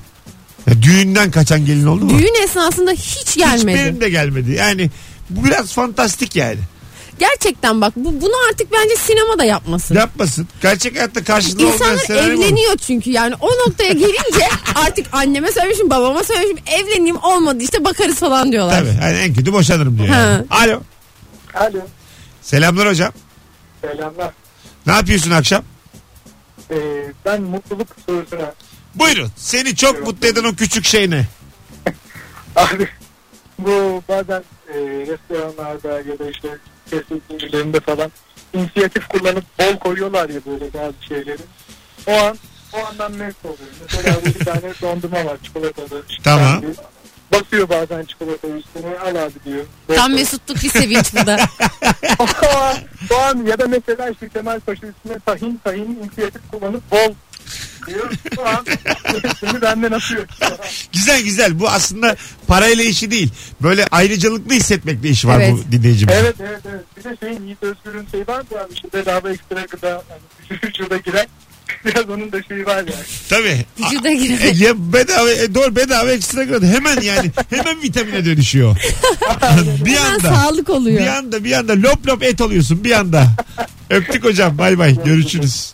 Speaker 2: Ya düğünden kaçan gelin oldu mu?
Speaker 3: Düğün esnasında hiç gelmedi.
Speaker 2: Hiç benim de gelmedi. Yani bu biraz fantastik yani.
Speaker 3: Gerçekten bak bu bunu artık bence sinema da yapmasın.
Speaker 2: Yapmasın. Gerçek hayatta karşılığı olmayan
Speaker 3: İnsanlar
Speaker 2: senaryo mu?
Speaker 3: evleniyor çünkü yani o noktaya gelince artık anneme söylemişim babama söylemişim evleneyim olmadı işte bakarız falan diyorlar.
Speaker 2: Tabii. Yani en kötü boşanırım diyor.
Speaker 3: Ha.
Speaker 2: yani. Alo.
Speaker 7: Alo
Speaker 2: Selamlar hocam.
Speaker 7: selamlar.
Speaker 2: Ne yapıyorsun akşam?
Speaker 7: Ee, ben mutluluk sorusuna
Speaker 2: Buyurun. Seni çok mutlu eden o küçük şey ne?
Speaker 7: abi bu bazen e, restoranlarda ya da işte kesin zincirlerinde falan inisiyatif kullanıp bol koyuyorlar ya böyle bazı şeyleri. O an o andan mest oluyorum. Mesela bu bir tane dondurma var çikolatalı.
Speaker 2: Tamam.
Speaker 7: Basıyor bazen çikolata üstüne al abi diyor.
Speaker 3: Tam mesutluk bir sevinç bu da.
Speaker 7: Soğan ya da mesela işte Kemal Paşa üstüne tahin tahin inisiyatif kullanıp bol diyor. Soğan üstünü benden atıyor.
Speaker 2: Güzel güzel. Bu aslında parayla işi değil. Böyle ayrıcalıklı hissetmekle işi var
Speaker 3: Evet.
Speaker 2: bu dinleyicimiz.
Speaker 7: evet evet evet. Bir de şey Yiğit Özgür'ün şeyi var ya işte bedava ekstra gıda hani vücuda giren biraz onun da şeyi var yani.
Speaker 2: Tabii.
Speaker 3: Vücuda
Speaker 2: A-
Speaker 3: girer.
Speaker 2: E, ya bedava, e, doğru bedava ekstra grad. Hemen yani hemen vitamine dönüşüyor. bir
Speaker 3: Hemen
Speaker 2: anda.
Speaker 3: sağlık oluyor.
Speaker 2: Bir anda bir anda lop lop et alıyorsun bir anda. Öptük hocam bay bay görüşürüz.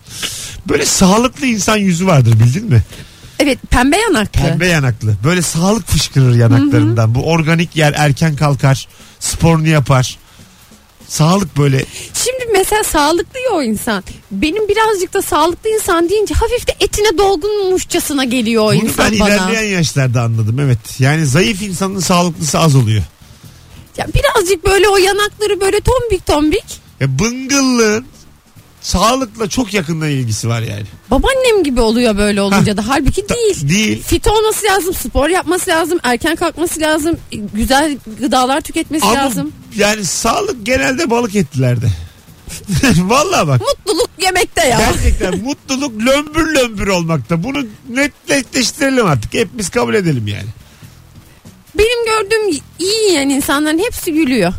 Speaker 2: Böyle sağlıklı insan yüzü vardır bildin mi?
Speaker 3: Evet pembe yanaklı.
Speaker 2: Pembe yanaklı. Böyle sağlık fışkırır yanaklarından. Bu organik yer erken kalkar. Sporunu yapar. Sağlık böyle
Speaker 3: Şimdi mesela sağlıklı ya o insan. Benim birazcık da sağlıklı insan deyince hafif de etine dolgunmuşçasına geliyor o
Speaker 2: Bunu ben
Speaker 3: insan bana.
Speaker 2: ilerleyen yaşlarda anladım evet. Yani zayıf insanın sağlıklısı az oluyor.
Speaker 3: Ya birazcık böyle o yanakları böyle tombik tombik.
Speaker 2: Ya bıngıllığın sağlıkla çok yakından ilgisi var yani.
Speaker 3: Babaannem gibi oluyor böyle olunca da. Halbuki
Speaker 2: Ta-
Speaker 3: değil.
Speaker 2: değil.
Speaker 3: Fit olması lazım, spor yapması lazım, erken kalkması lazım, güzel gıdalar tüketmesi
Speaker 2: Ama
Speaker 3: lazım.
Speaker 2: yani sağlık genelde balık etlilerde. Vallahi bak.
Speaker 3: Mutluluk yemekte ya.
Speaker 2: Gerçekten mutluluk lömbür lömbür olmakta. Bunu net netleştirelim artık. Hepimiz kabul edelim yani.
Speaker 3: Benim gördüğüm iyi yiyen insanların hepsi gülüyor.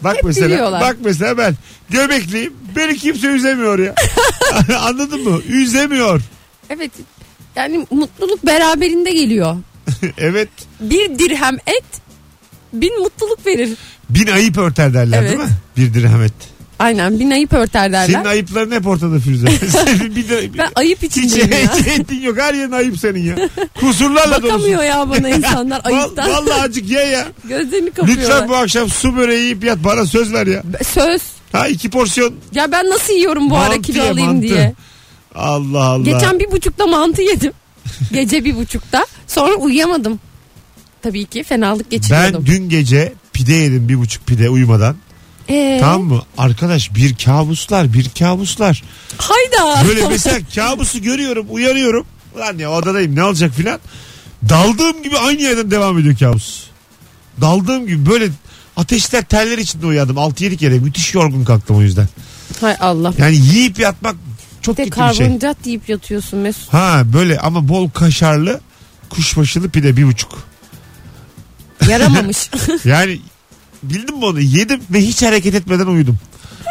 Speaker 2: Bak
Speaker 3: Hep
Speaker 2: mesela
Speaker 3: biliyorlar.
Speaker 2: bak mesela ben göbekliyim. Beni kimse üzemiyor ya. Anladın mı? Üzemiyor.
Speaker 3: Evet. Yani mutluluk beraberinde geliyor.
Speaker 2: evet.
Speaker 3: Bir dirhem et bin mutluluk verir.
Speaker 2: Bin ayıp örter derler değil
Speaker 3: Evet.
Speaker 2: mi? Bir dirhem et.
Speaker 3: Aynen bin ayıp örter derler.
Speaker 2: Senin ayıpların hep ortada Firuze. Senin bir de,
Speaker 3: Ben ayıp
Speaker 2: hiç,
Speaker 3: içindeyim ya.
Speaker 2: hiç ettin yok. Her yerin ayıp senin ya. Kusurlarla dolusun.
Speaker 3: Bakamıyor ya bana insanlar
Speaker 2: Val-
Speaker 3: ayıptan.
Speaker 2: Vallahi acık ye ya.
Speaker 3: Gözlerini
Speaker 2: Lütfen
Speaker 3: kapıyorlar.
Speaker 2: bu akşam su böreği yiyip yat. Bana söz ver ya.
Speaker 3: Söz.
Speaker 2: Ha iki porsiyon
Speaker 3: Ya ben nasıl yiyorum bu ara
Speaker 2: Mantı
Speaker 3: kilo
Speaker 2: ye,
Speaker 3: alayım
Speaker 2: mantı.
Speaker 3: diye.
Speaker 2: Allah Allah.
Speaker 3: Geçen bir buçukta mantı yedim. Gece bir buçukta. Sonra uyuyamadım. Tabii ki fenalık
Speaker 2: ben
Speaker 3: geçiriyordum.
Speaker 2: dün gece pide yedim bir buçuk pide uyumadan.
Speaker 3: Ee,
Speaker 2: Tamam mı? Arkadaş bir kabuslar bir kabuslar.
Speaker 3: Hayda.
Speaker 2: Böyle mesela kabusu görüyorum uyanıyorum. Lan ya odadayım ne olacak filan. Daldığım gibi aynı yerden devam ediyor kabus. Daldığım gibi böyle ateşler terler içinde uyandım. 6-7 kere müthiş yorgun kalktım o yüzden.
Speaker 3: Hay Allah.
Speaker 2: Yani yiyip yatmak çok
Speaker 3: Bir de
Speaker 2: kötü bir şey.
Speaker 3: karbonhidrat deyip yatıyorsun Mesut.
Speaker 2: Ha böyle ama bol kaşarlı kuşbaşılı pide bir buçuk.
Speaker 3: Yaramamış.
Speaker 2: Yani bildim mi onu yedim ve hiç hareket etmeden uyudum.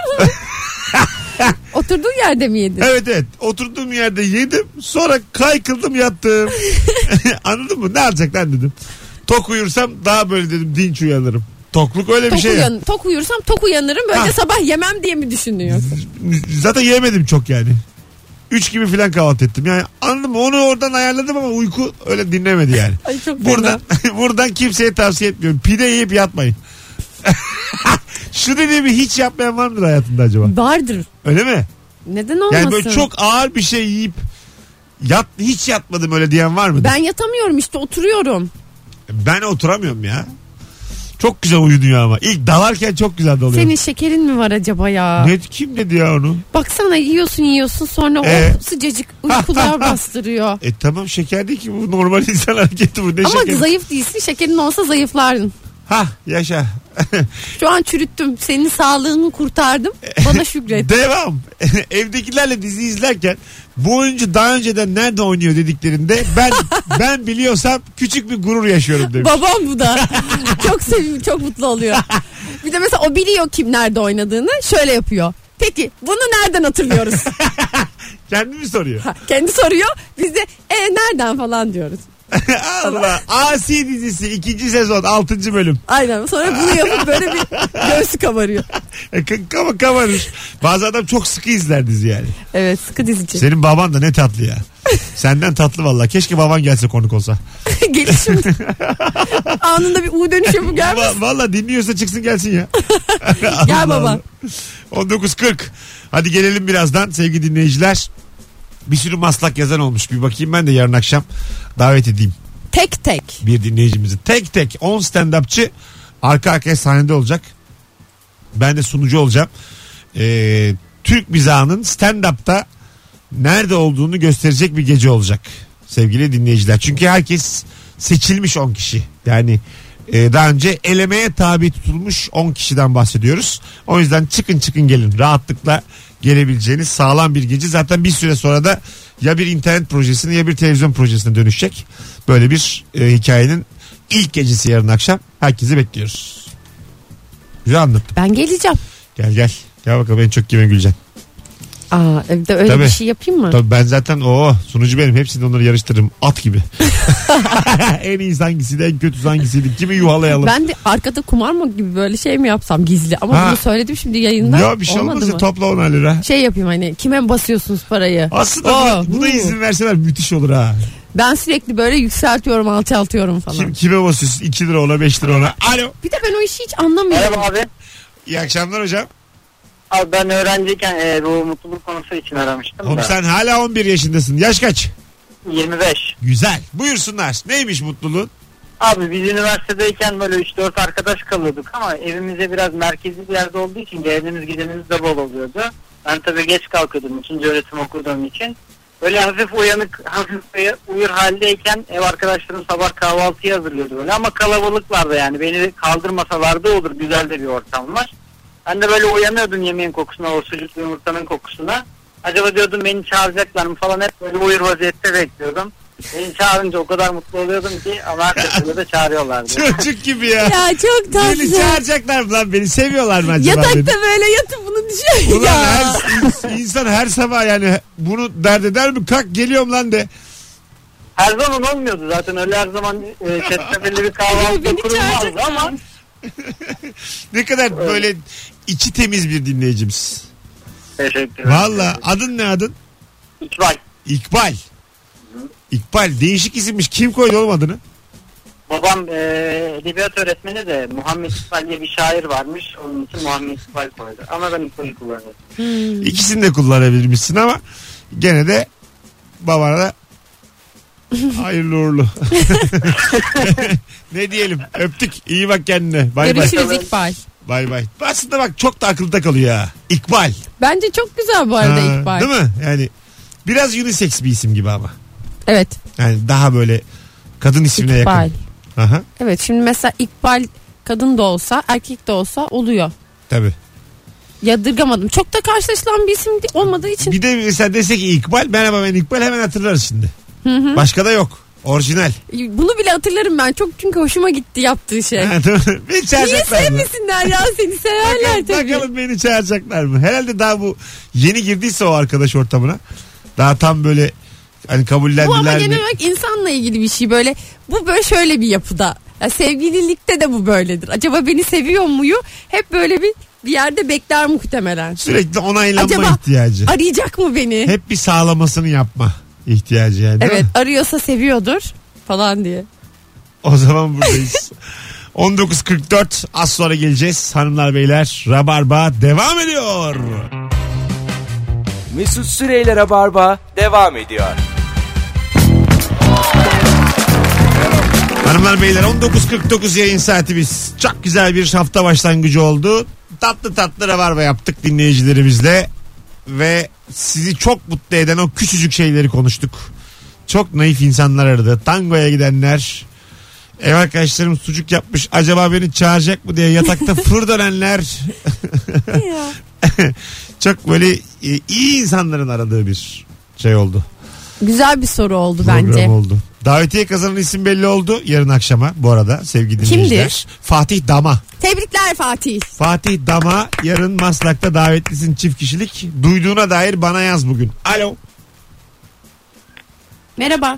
Speaker 3: Oturduğun yerde mi yedin?
Speaker 2: Evet evet oturduğum yerde yedim sonra kaykıldım yattım. Anladın mı ne alacak lan dedim. Tok uyursam daha böyle dedim dinç uyanırım. Tokluk öyle bir
Speaker 3: Tok,
Speaker 2: şey. ya.
Speaker 3: uyan, tok uyursam tok uyanırım böyle
Speaker 2: Ha.
Speaker 3: sabah yemem diye mi düşünüyorsun?
Speaker 2: Zaten yemedim çok yani. Üç gibi falan kahvaltı ettim. Yani anladın mı? Onu oradan ayarladım ama uyku öyle dinlemedi yani.
Speaker 3: Ay çok fena.
Speaker 2: buradan, buradan kimseye tavsiye etmiyorum. Pide yiyip yatmayın. Şu dediğimi hiç yapmayan var mıdır hayatında acaba?
Speaker 3: Vardır.
Speaker 2: Öyle mi?
Speaker 3: Neden olmasın?
Speaker 2: Yani böyle çok ağır bir şey yiyip yat hiç yatmadım öyle diyen var mı?
Speaker 3: Ben yatamıyorum işte oturuyorum.
Speaker 2: Ben oturamıyorum ya. Çok güzel uyunuyor ama. İlk dalarken çok güzel dalıyor.
Speaker 3: Senin şekerin mi var acaba ya?
Speaker 2: Ne, kim dedi ya onu?
Speaker 3: Baksana yiyorsun yiyorsun sonra
Speaker 2: Ee?
Speaker 3: o sıcacık uykular bastırıyor.
Speaker 2: E tamam şeker değil ki bu normal insan hareketi bu. Ne
Speaker 3: Ama
Speaker 2: şeker?
Speaker 3: zayıf değilsin şekerin olsa zayıflardın.
Speaker 2: Hah yaşa.
Speaker 3: Şu an çürüttüm senin sağlığını kurtardım bana şükret.
Speaker 2: Devam. Evdekilerle dizi izlerken bu oyuncu daha önceden nerede oynuyor dediklerinde ben ben biliyorsam küçük bir gurur yaşıyorum demiş.
Speaker 3: Babam bu da. çok sevim, çok mutlu oluyor. Bir de mesela o biliyor kim nerede oynadığını. Şöyle yapıyor. Peki bunu nereden hatırlıyoruz?
Speaker 2: Kendi mi soruyor?
Speaker 3: Ha, Kendi soruyor. Biz de e, nereden falan diyoruz.
Speaker 2: Allah. Asi dizisi 2. sezon 6. bölüm.
Speaker 3: Aynen. Sonra bunu yapıp böyle bir göğsü kabarıyor.
Speaker 2: E, k- Kama kabarır. Bazı adam çok sıkı izler dizi yani.
Speaker 3: Evet sıkı dizici.
Speaker 2: Senin baban da ne tatlı ya. Senden tatlı valla. Keşke baban gelse konuk olsa.
Speaker 3: Gelişim. Anında bir U dönüş yapıp gelmiş.
Speaker 2: Va- valla dinliyorsa çıksın gelsin ya.
Speaker 3: Gel
Speaker 2: Allah
Speaker 3: baba.
Speaker 2: Allah. 19.40. Hadi gelelim birazdan sevgili dinleyiciler. Bir sürü maslak yazan olmuş. Bir bakayım ben de yarın akşam davet edeyim
Speaker 3: Tek tek.
Speaker 2: bir dinleyicimizi. Tek tek 10 stand-upçı arka arkaya sahnede olacak. Ben de sunucu olacağım. Ee, Türk mizahının stand-up'ta nerede olduğunu gösterecek bir gece olacak sevgili dinleyiciler. Çünkü herkes seçilmiş 10 kişi. Yani e, daha önce elemeye tabi tutulmuş 10 kişiden bahsediyoruz. O yüzden çıkın çıkın gelin. Rahatlıkla gelebileceğiniz sağlam bir gece. Zaten bir süre sonra da ya bir internet projesine ya bir televizyon projesine dönüşecek. Böyle bir e, hikayenin ilk gecesi yarın akşam. Herkesi bekliyoruz. Güzel anlattım.
Speaker 3: Ben geleceğim.
Speaker 2: Gel gel. Gel bakalım en çok kime güleceksin.
Speaker 3: Aa evde öyle
Speaker 2: Tabii.
Speaker 3: bir şey yapayım mı?
Speaker 2: Tabii ben zaten o sunucu benim. Hepsini onları yarıştırırım. At gibi. en iyisi hangisiydi, en kötüsü hangisiydi. Kimi yuhalayalım.
Speaker 3: Ben de arkada kumar mı gibi böyle şey mi yapsam gizli? Ama
Speaker 2: Ha.
Speaker 3: bunu söyledim şimdi yayında.
Speaker 2: ya bir şey
Speaker 3: Olmadı
Speaker 2: olmaz ya
Speaker 3: mı?
Speaker 2: topla 10 lira.
Speaker 3: Şey yapayım hani kime basıyorsunuz parayı?
Speaker 2: Aslında
Speaker 3: Aa,
Speaker 2: buna, buna
Speaker 3: hı.
Speaker 2: izin verseler müthiş olur ha.
Speaker 3: Ben sürekli böyle yükseltiyorum alçaltıyorum falan.
Speaker 2: Kim, kime basıyorsun? 2 lira ona 5 lira ona. Alo.
Speaker 3: Bir de ben o işi hiç anlamıyorum.
Speaker 8: Merhaba abi.
Speaker 2: İyi akşamlar hocam.
Speaker 8: Abi ben öğrenciyken e, bu mutluluk konusu için aramıştım
Speaker 2: Oğlum
Speaker 8: da.
Speaker 2: sen hala 11 yaşındasın. Yaş kaç?
Speaker 8: 25.
Speaker 2: Güzel. Buyursunlar. Neymiş mutluluğun?
Speaker 8: Abi biz üniversitedeyken böyle 3-4 arkadaş kalıyorduk ama evimize biraz merkezi bir yerde olduğu için geldiğimiz gidenimiz de bol oluyordu. Ben tabii geç kalkıyordum 2. öğretim okuduğum için. Böyle hafif uyanık, hafif uy- uyur haldeyken ev arkadaşlarım sabah kahvaltıyı hazırlıyordu böyle ama kalabalıklardı yani. Beni kaldırmasalar da olur güzel de bir ortam var. Ben de böyle uyanıyordum yemeğin kokusuna, o sucuklu yumurtanın kokusuna. Acaba diyordum beni çağıracaklar mı falan hep böyle uyur vaziyette bekliyordum. Beni çağırınca o kadar mutlu oluyordum ki ama her seferinde de çağırıyorlardı.
Speaker 2: Çocuk gibi ya.
Speaker 3: Ya
Speaker 2: beni
Speaker 3: çok tatlı.
Speaker 2: çağıracaklar mı lan beni? Seviyorlar mı acaba beni?
Speaker 3: Yatakta böyle yatıp bunu düşüyor
Speaker 2: Ulan
Speaker 3: ya.
Speaker 2: her, insan her sabah yani bunu dert eder mi? Kalk geliyorum lan de.
Speaker 8: Her zaman olmuyordu zaten öyle her zaman e, çetrefilli bir
Speaker 3: Ay,
Speaker 8: kahvaltı
Speaker 3: beni
Speaker 8: kurulmazdı
Speaker 3: çağıracak
Speaker 8: ama
Speaker 2: Ne kadar böyle içi temiz bir dinleyicimiz.
Speaker 8: teşekkürler.
Speaker 2: Valla adın ne adın?
Speaker 8: İkbal.
Speaker 2: İkbal. İkbal değişik isimmiş. Kim koydu oğlum adını?
Speaker 8: Babam e, edebiyat öğretmeni de Muhammed İkbal diye bir şair varmış. Onun için Muhammed İkbal koydu. Ama ben İkbal'i kullanıyorum.
Speaker 2: İkisini de kullanabilirmişsin ama gene de babana da hayırlı uğurlu. ne diyelim öptük. İyi bak kendine. Bay bay.
Speaker 3: Görüşürüz İkbal.
Speaker 2: Bay bay. Aslında bak çok da akılda kalıyor ha. İkbal.
Speaker 3: Bence çok güzel bu arada
Speaker 2: Ha,
Speaker 3: İkbal.
Speaker 2: Değil mi? Yani biraz unisex bir isim gibi ama.
Speaker 3: Evet.
Speaker 2: Yani daha böyle kadın ismine
Speaker 3: İkbal.
Speaker 2: yakın. Aha.
Speaker 3: Evet şimdi mesela İkbal kadın da olsa erkek de olsa oluyor.
Speaker 2: Tabii.
Speaker 3: Yadırgamadım. Çok da karşılaşılan bir isim de- olmadığı için.
Speaker 2: Bir de mesela desek ki İkbal merhaba ben İkbal hemen hatırlarız şimdi. Başka da yok. Orijinal.
Speaker 3: Bunu bile hatırlarım ben. Çok çünkü hoşuma gitti yaptığı şey.
Speaker 2: Ha, değil mi? Beni
Speaker 3: Niye
Speaker 2: çağıracaklar mı?
Speaker 3: sevmesinler ya seni severler
Speaker 2: Bakalım,
Speaker 3: tabii.
Speaker 2: bakalım beni çağıracaklar mı? Herhalde daha bu yeni girdiyse o arkadaş ortamına. Daha tam böyle hani
Speaker 3: Bu ama
Speaker 2: kabullendiler mi?
Speaker 3: genel olarak insanla ilgili bir şey böyle. Bu böyle şöyle bir yapıda. Ya sevgililikte de bu böyledir. Acaba beni seviyor muyu? Hep böyle bir bir yerde bekler muhtemelen.
Speaker 2: Sürekli onaylanma
Speaker 3: Acaba
Speaker 2: ihtiyacı.
Speaker 3: arayacak mı beni?
Speaker 2: Hep bir sağlamasını yapma ihtiyacı yani. değil
Speaker 3: evet
Speaker 2: mi?
Speaker 3: arıyorsa seviyordur falan diye.
Speaker 2: O zaman buradayız. 19.44 az sonra geleceğiz. Hanımlar beyler Rabarba devam ediyor.
Speaker 1: Mesut Süreyler'e barba devam ediyor.
Speaker 2: Hanımlar beyler 19.49 yayın saatimiz. Çok güzel bir hafta başlangıcı oldu. Tatlı tatlı Rabarba yaptık dinleyicilerimizle. Ve sizi çok mutlu eden o küçücük şeyleri konuştuk. Çok naif insanlar aradı. Tangoya gidenler. Ev arkadaşlarım sucuk yapmış. Acaba beni çağıracak mı diye yatakta fır dönenler. Çok böyle e, iyi insanların aradığı bir şey oldu.
Speaker 3: Güzel bir soru oldu
Speaker 2: Program
Speaker 3: bence.
Speaker 2: oldu. Davetiye kazanan isim belli oldu yarın akşama bu arada sevgili dinleyiciler.
Speaker 3: Kimdir?
Speaker 2: Fatih Dama.
Speaker 3: Tebrikler Fatih.
Speaker 2: Fatih Dama yarın Maslak'ta davetlisin çift kişilik. Duyduğuna dair bana yaz bugün. Alo.
Speaker 3: Merhaba.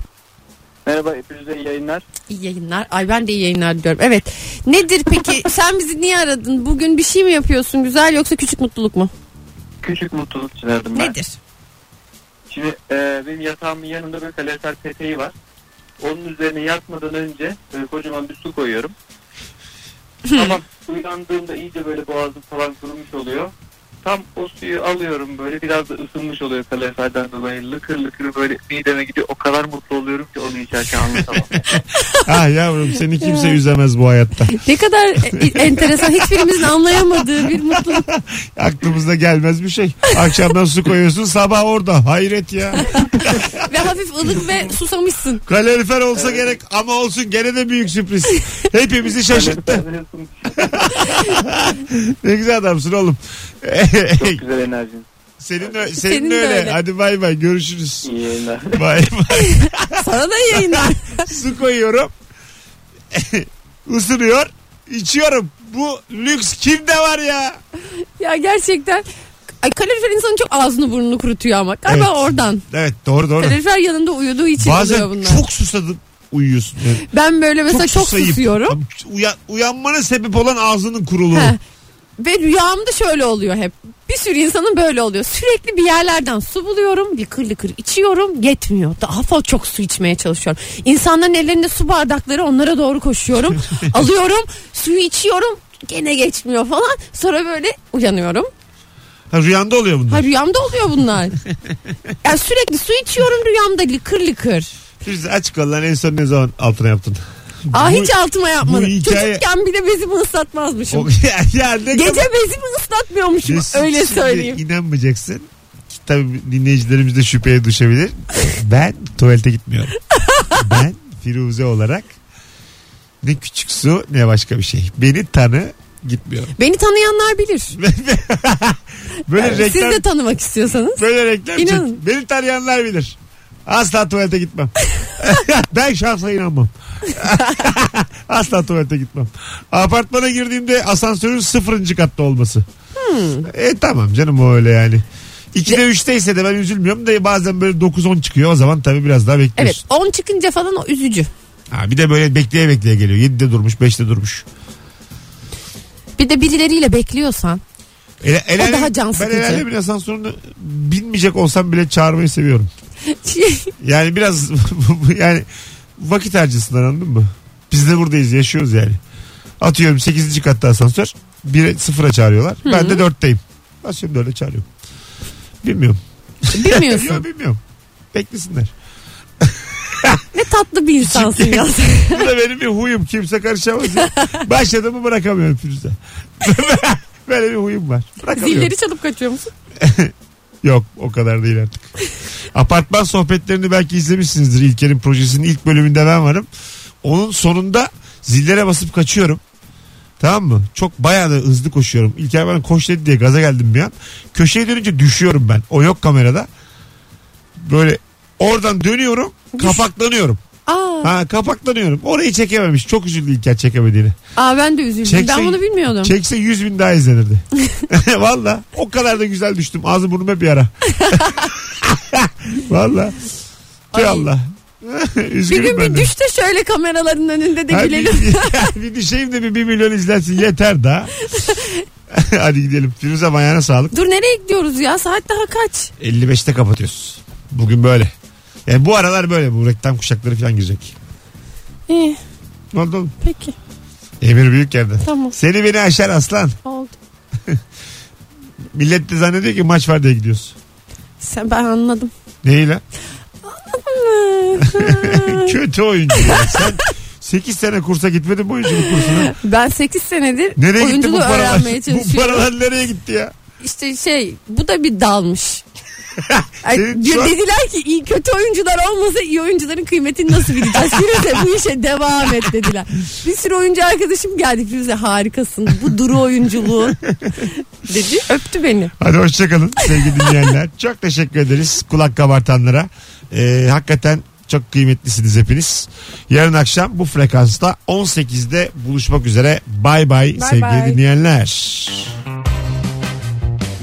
Speaker 5: Merhaba hepinize iyi yayınlar.
Speaker 3: İyi yayınlar. Ay ben de iyi yayınlar diliyorum. Evet. Nedir peki? Sen bizi niye aradın? Bugün bir şey mi yapıyorsun? Güzel yoksa küçük mutluluk mu?
Speaker 5: Küçük mutluluk için aradım ben.
Speaker 3: Nedir?
Speaker 5: Şimdi e, benim yatağımın yanında böyle kalorifer peteği var. Onun üzerine yatmadan önce böyle kocaman bir su koyuyorum. Ama uyandığımda iyice böyle boğazım falan kurumuş oluyor. Tam o suyu alıyorum böyle biraz da ısınmış oluyor kaloriferden dolayı. Lıkır lıkır böyle mideme gidiyor. O kadar mutlu oluyorum ki onu içerken anlatamam.
Speaker 2: Ah yavrum seni kimse üzemez bu hayatta.
Speaker 3: Ne kadar e- enteresan. Hiçbirimizin anlayamadığı bir mutluluk.
Speaker 2: Aklımızda gelmez bir şey. Akşamdan su koyuyorsun sabah orada. Hayret ya.
Speaker 3: Ve hafif ılık ve susamışsın.
Speaker 2: Kalorifer olsa gerek ama olsun gene de büyük sürpriz. Hepimizi
Speaker 7: tá
Speaker 2: şaşırttı. Ne güzel adamsın oğlum.
Speaker 5: Çok güzel enerjin.
Speaker 2: Senin, ö- senin,
Speaker 3: Senin de
Speaker 2: öyle.
Speaker 3: öyle.
Speaker 2: Hadi bay bay görüşürüz.
Speaker 5: İyi yayınlar.
Speaker 2: Bay bay.
Speaker 3: Sana da iyi yayınlar.
Speaker 2: Su koyuyorum. Isırıyor. içiyorum. Bu lüks kimde var ya?
Speaker 3: ya gerçekten. Ay kalorifer insanın çok ağzını burnunu kurutuyor ama. Galiba
Speaker 2: Evet.
Speaker 3: oradan.
Speaker 2: Evet doğru doğru.
Speaker 3: Kalorifer yanında uyuduğu için oluyor
Speaker 2: Bazen
Speaker 3: bunlar.
Speaker 2: çok susadım uyuyorsun. Yani
Speaker 3: ben böyle mesela çok,
Speaker 2: susayıp-
Speaker 3: susuyorum.
Speaker 2: Uya- uyanmana sebep olan ağzının kuruluğu.
Speaker 3: Heh. Ve rüyamda şöyle oluyor hep. Bir sürü insanın böyle oluyor. Sürekli bir yerlerden su buluyorum. Lıkır lıkır içiyorum. Yetmiyor. Daha fazla çok su içmeye çalışıyorum. İnsanların ellerinde su bardakları onlara doğru koşuyorum. Alıyorum. Suyu içiyorum. Gene geçmiyor falan. Sonra böyle uyanıyorum.
Speaker 2: Ha, rüyanda oluyor bunlar.
Speaker 3: Ha rüyamda oluyor bunlar. Yani sürekli su içiyorum rüyamda lıkır lıkır.
Speaker 2: Biz açık olan en son ne zaman altına yaptın?
Speaker 3: Aa
Speaker 2: Bu-
Speaker 3: hiç altıma yapmadım.
Speaker 2: hikaye-
Speaker 3: Çocukken bile bezimi ıslatmazmışım.
Speaker 2: O- ya ne kadar-
Speaker 3: Gece bezimi ıslatmıyormuşum.
Speaker 2: Mesut
Speaker 3: öyle
Speaker 2: şimdi
Speaker 3: söyleyeyim.
Speaker 2: İnanmayacaksın. Tabii dinleyicilerimiz de şüpheye düşebilir. Ben tuvalete gitmiyorum. ben Firuze olarak ne küçük su ne başka bir şey. Beni tanı gitmiyorum.
Speaker 3: Beni tanıyanlar bilir.
Speaker 2: Böyle
Speaker 3: Evet, Siz
Speaker 2: reklam
Speaker 3: de tanımak istiyorsanız.
Speaker 2: böyle reklam çek.
Speaker 3: İnanın.
Speaker 2: Beni tanıyanlar bilir. Asla tuvalete gitmem. ben şahsa inanmam. Asla tuvalete gitmem. Apartmana
Speaker 3: Hmm.
Speaker 2: girdiğimde asansörün sıfırıncı katta olması. E tamam canım o öyle yani. 2'de 3'te ise de ben üzülmüyorum da bazen böyle 9-10 çıkıyor. O zaman tabii biraz daha
Speaker 3: Evet
Speaker 2: bekliyorsun.
Speaker 3: 10 çıkınca falan o üzücü.
Speaker 2: Ha, bir de böyle bekleye bekleye geliyor. 7'de durmuş 5'te durmuş.
Speaker 3: Bir de birileriyle bekliyorsan.
Speaker 2: Ele, el
Speaker 3: O
Speaker 2: alem-
Speaker 3: daha can sıkıcı.
Speaker 2: Ben el alemin asansörünü binmeyecek olsam bile çağırmayı seviyorum. Yani biraz yani vakit harcasınlar anladın mı? Biz de buradayız yaşıyoruz yani. Atıyorum 8. katta asansör. 1 sıfıra çağırıyorlar. Ben de 4'teyim. Basıyorum 4'e çağırıyorum. Bilmiyorum.
Speaker 3: Bilmiyorsun.
Speaker 2: Yok bilmiyorum. Beklesinler.
Speaker 3: ne tatlı bir insansın ya.
Speaker 2: Bu da benim bir huyum. Kimse karışamaz. ya. Başladığımı bırakamıyorum Firuze. Böyle bir huyum var. Bırakamıyorum.
Speaker 3: Zilleri çalıp kaçıyor musun?
Speaker 2: Yok o kadar değil artık. Apartman sohbetlerini belki izlemişsinizdir. İlker'in projesinin ilk bölümünde ben varım. Onun sonunda zillere basıp kaçıyorum. Tamam mı? Çok bayağı da hızlı koşuyorum. İlker bana koş dedi diye gaza geldim bir an. Köşeye dönünce düşüyorum ben. O yok kamerada. Böyle oradan dönüyorum. Kapaklanıyorum.
Speaker 3: Aa,
Speaker 2: Ha kapaklanıyorum. Orayı çekememiş. Çok üzüldü İlker çekemediğini.
Speaker 3: aa ben de üzüldüm.
Speaker 2: Çekse-
Speaker 3: ben bunu bilmiyordum.
Speaker 2: Çekse 100 bin daha izlenirdi. Valla o kadar da güzel düştüm. Ağzım burnum hep yara. Valla. Hay
Speaker 3: Ay.
Speaker 2: Allah.
Speaker 3: bir
Speaker 2: Üzgünüm
Speaker 3: gün
Speaker 2: ben
Speaker 3: bir
Speaker 2: de.
Speaker 3: düş de şöyle kameraların önünde de
Speaker 2: Ha,
Speaker 3: gülelim.
Speaker 2: bir, bir düşeyim de bir 1 milyon izlensin yeter daha. Hadi gidelim. Firuze ayağına sağlık.
Speaker 3: Dur nereye gidiyoruz ya? Saat daha kaç?
Speaker 2: 55'te kapatıyoruz. Bugün böyle. Yani bu aralar böyle. Bu reklam kuşakları falan girecek.
Speaker 3: İyi
Speaker 2: Ne oldu oğlum?
Speaker 3: peki
Speaker 2: Emir büyük yerden.
Speaker 3: tamam
Speaker 2: Seni beni aşar aslan.
Speaker 3: oldu.
Speaker 2: Millet de zannediyor ki maç var diye gidiyoruz.
Speaker 3: Sen, ben anladım.
Speaker 2: Neyle? Kötü oyuncu. ya. Sen 8 sene kursa gitmedin bu oyunculuk kursuna.
Speaker 3: ben 8 senedir
Speaker 2: Nereye gitti bu
Speaker 3: oyunculuğu
Speaker 2: paralar? Bu
Speaker 3: öğrenmeye çalışıyorum.
Speaker 2: paralar nereye gitti ya?
Speaker 3: İşte şey bu da bir dalmış. Ay,
Speaker 2: Senin
Speaker 3: diyor-
Speaker 2: şu an-
Speaker 3: dediler ki iyi kötü oyuncular olmasa iyi oyuncuların kıymetini nasıl bileceğiz? Firuze bu işe devam et dediler. Bir sürü oyuncu arkadaşım geldi Firuze harikasın bu duru oyunculuğu dedi öptü beni.
Speaker 2: Hadi hoşçakalın sevgili dinleyenler. çok teşekkür ederiz kulak kabartanlara. Ee, hakikaten çok kıymetlisiniz hepiniz. Yarın akşam bu frekansta 18'de buluşmak üzere. Bay bay
Speaker 3: Bay
Speaker 2: sevgili
Speaker 3: bay.
Speaker 2: dinleyenler.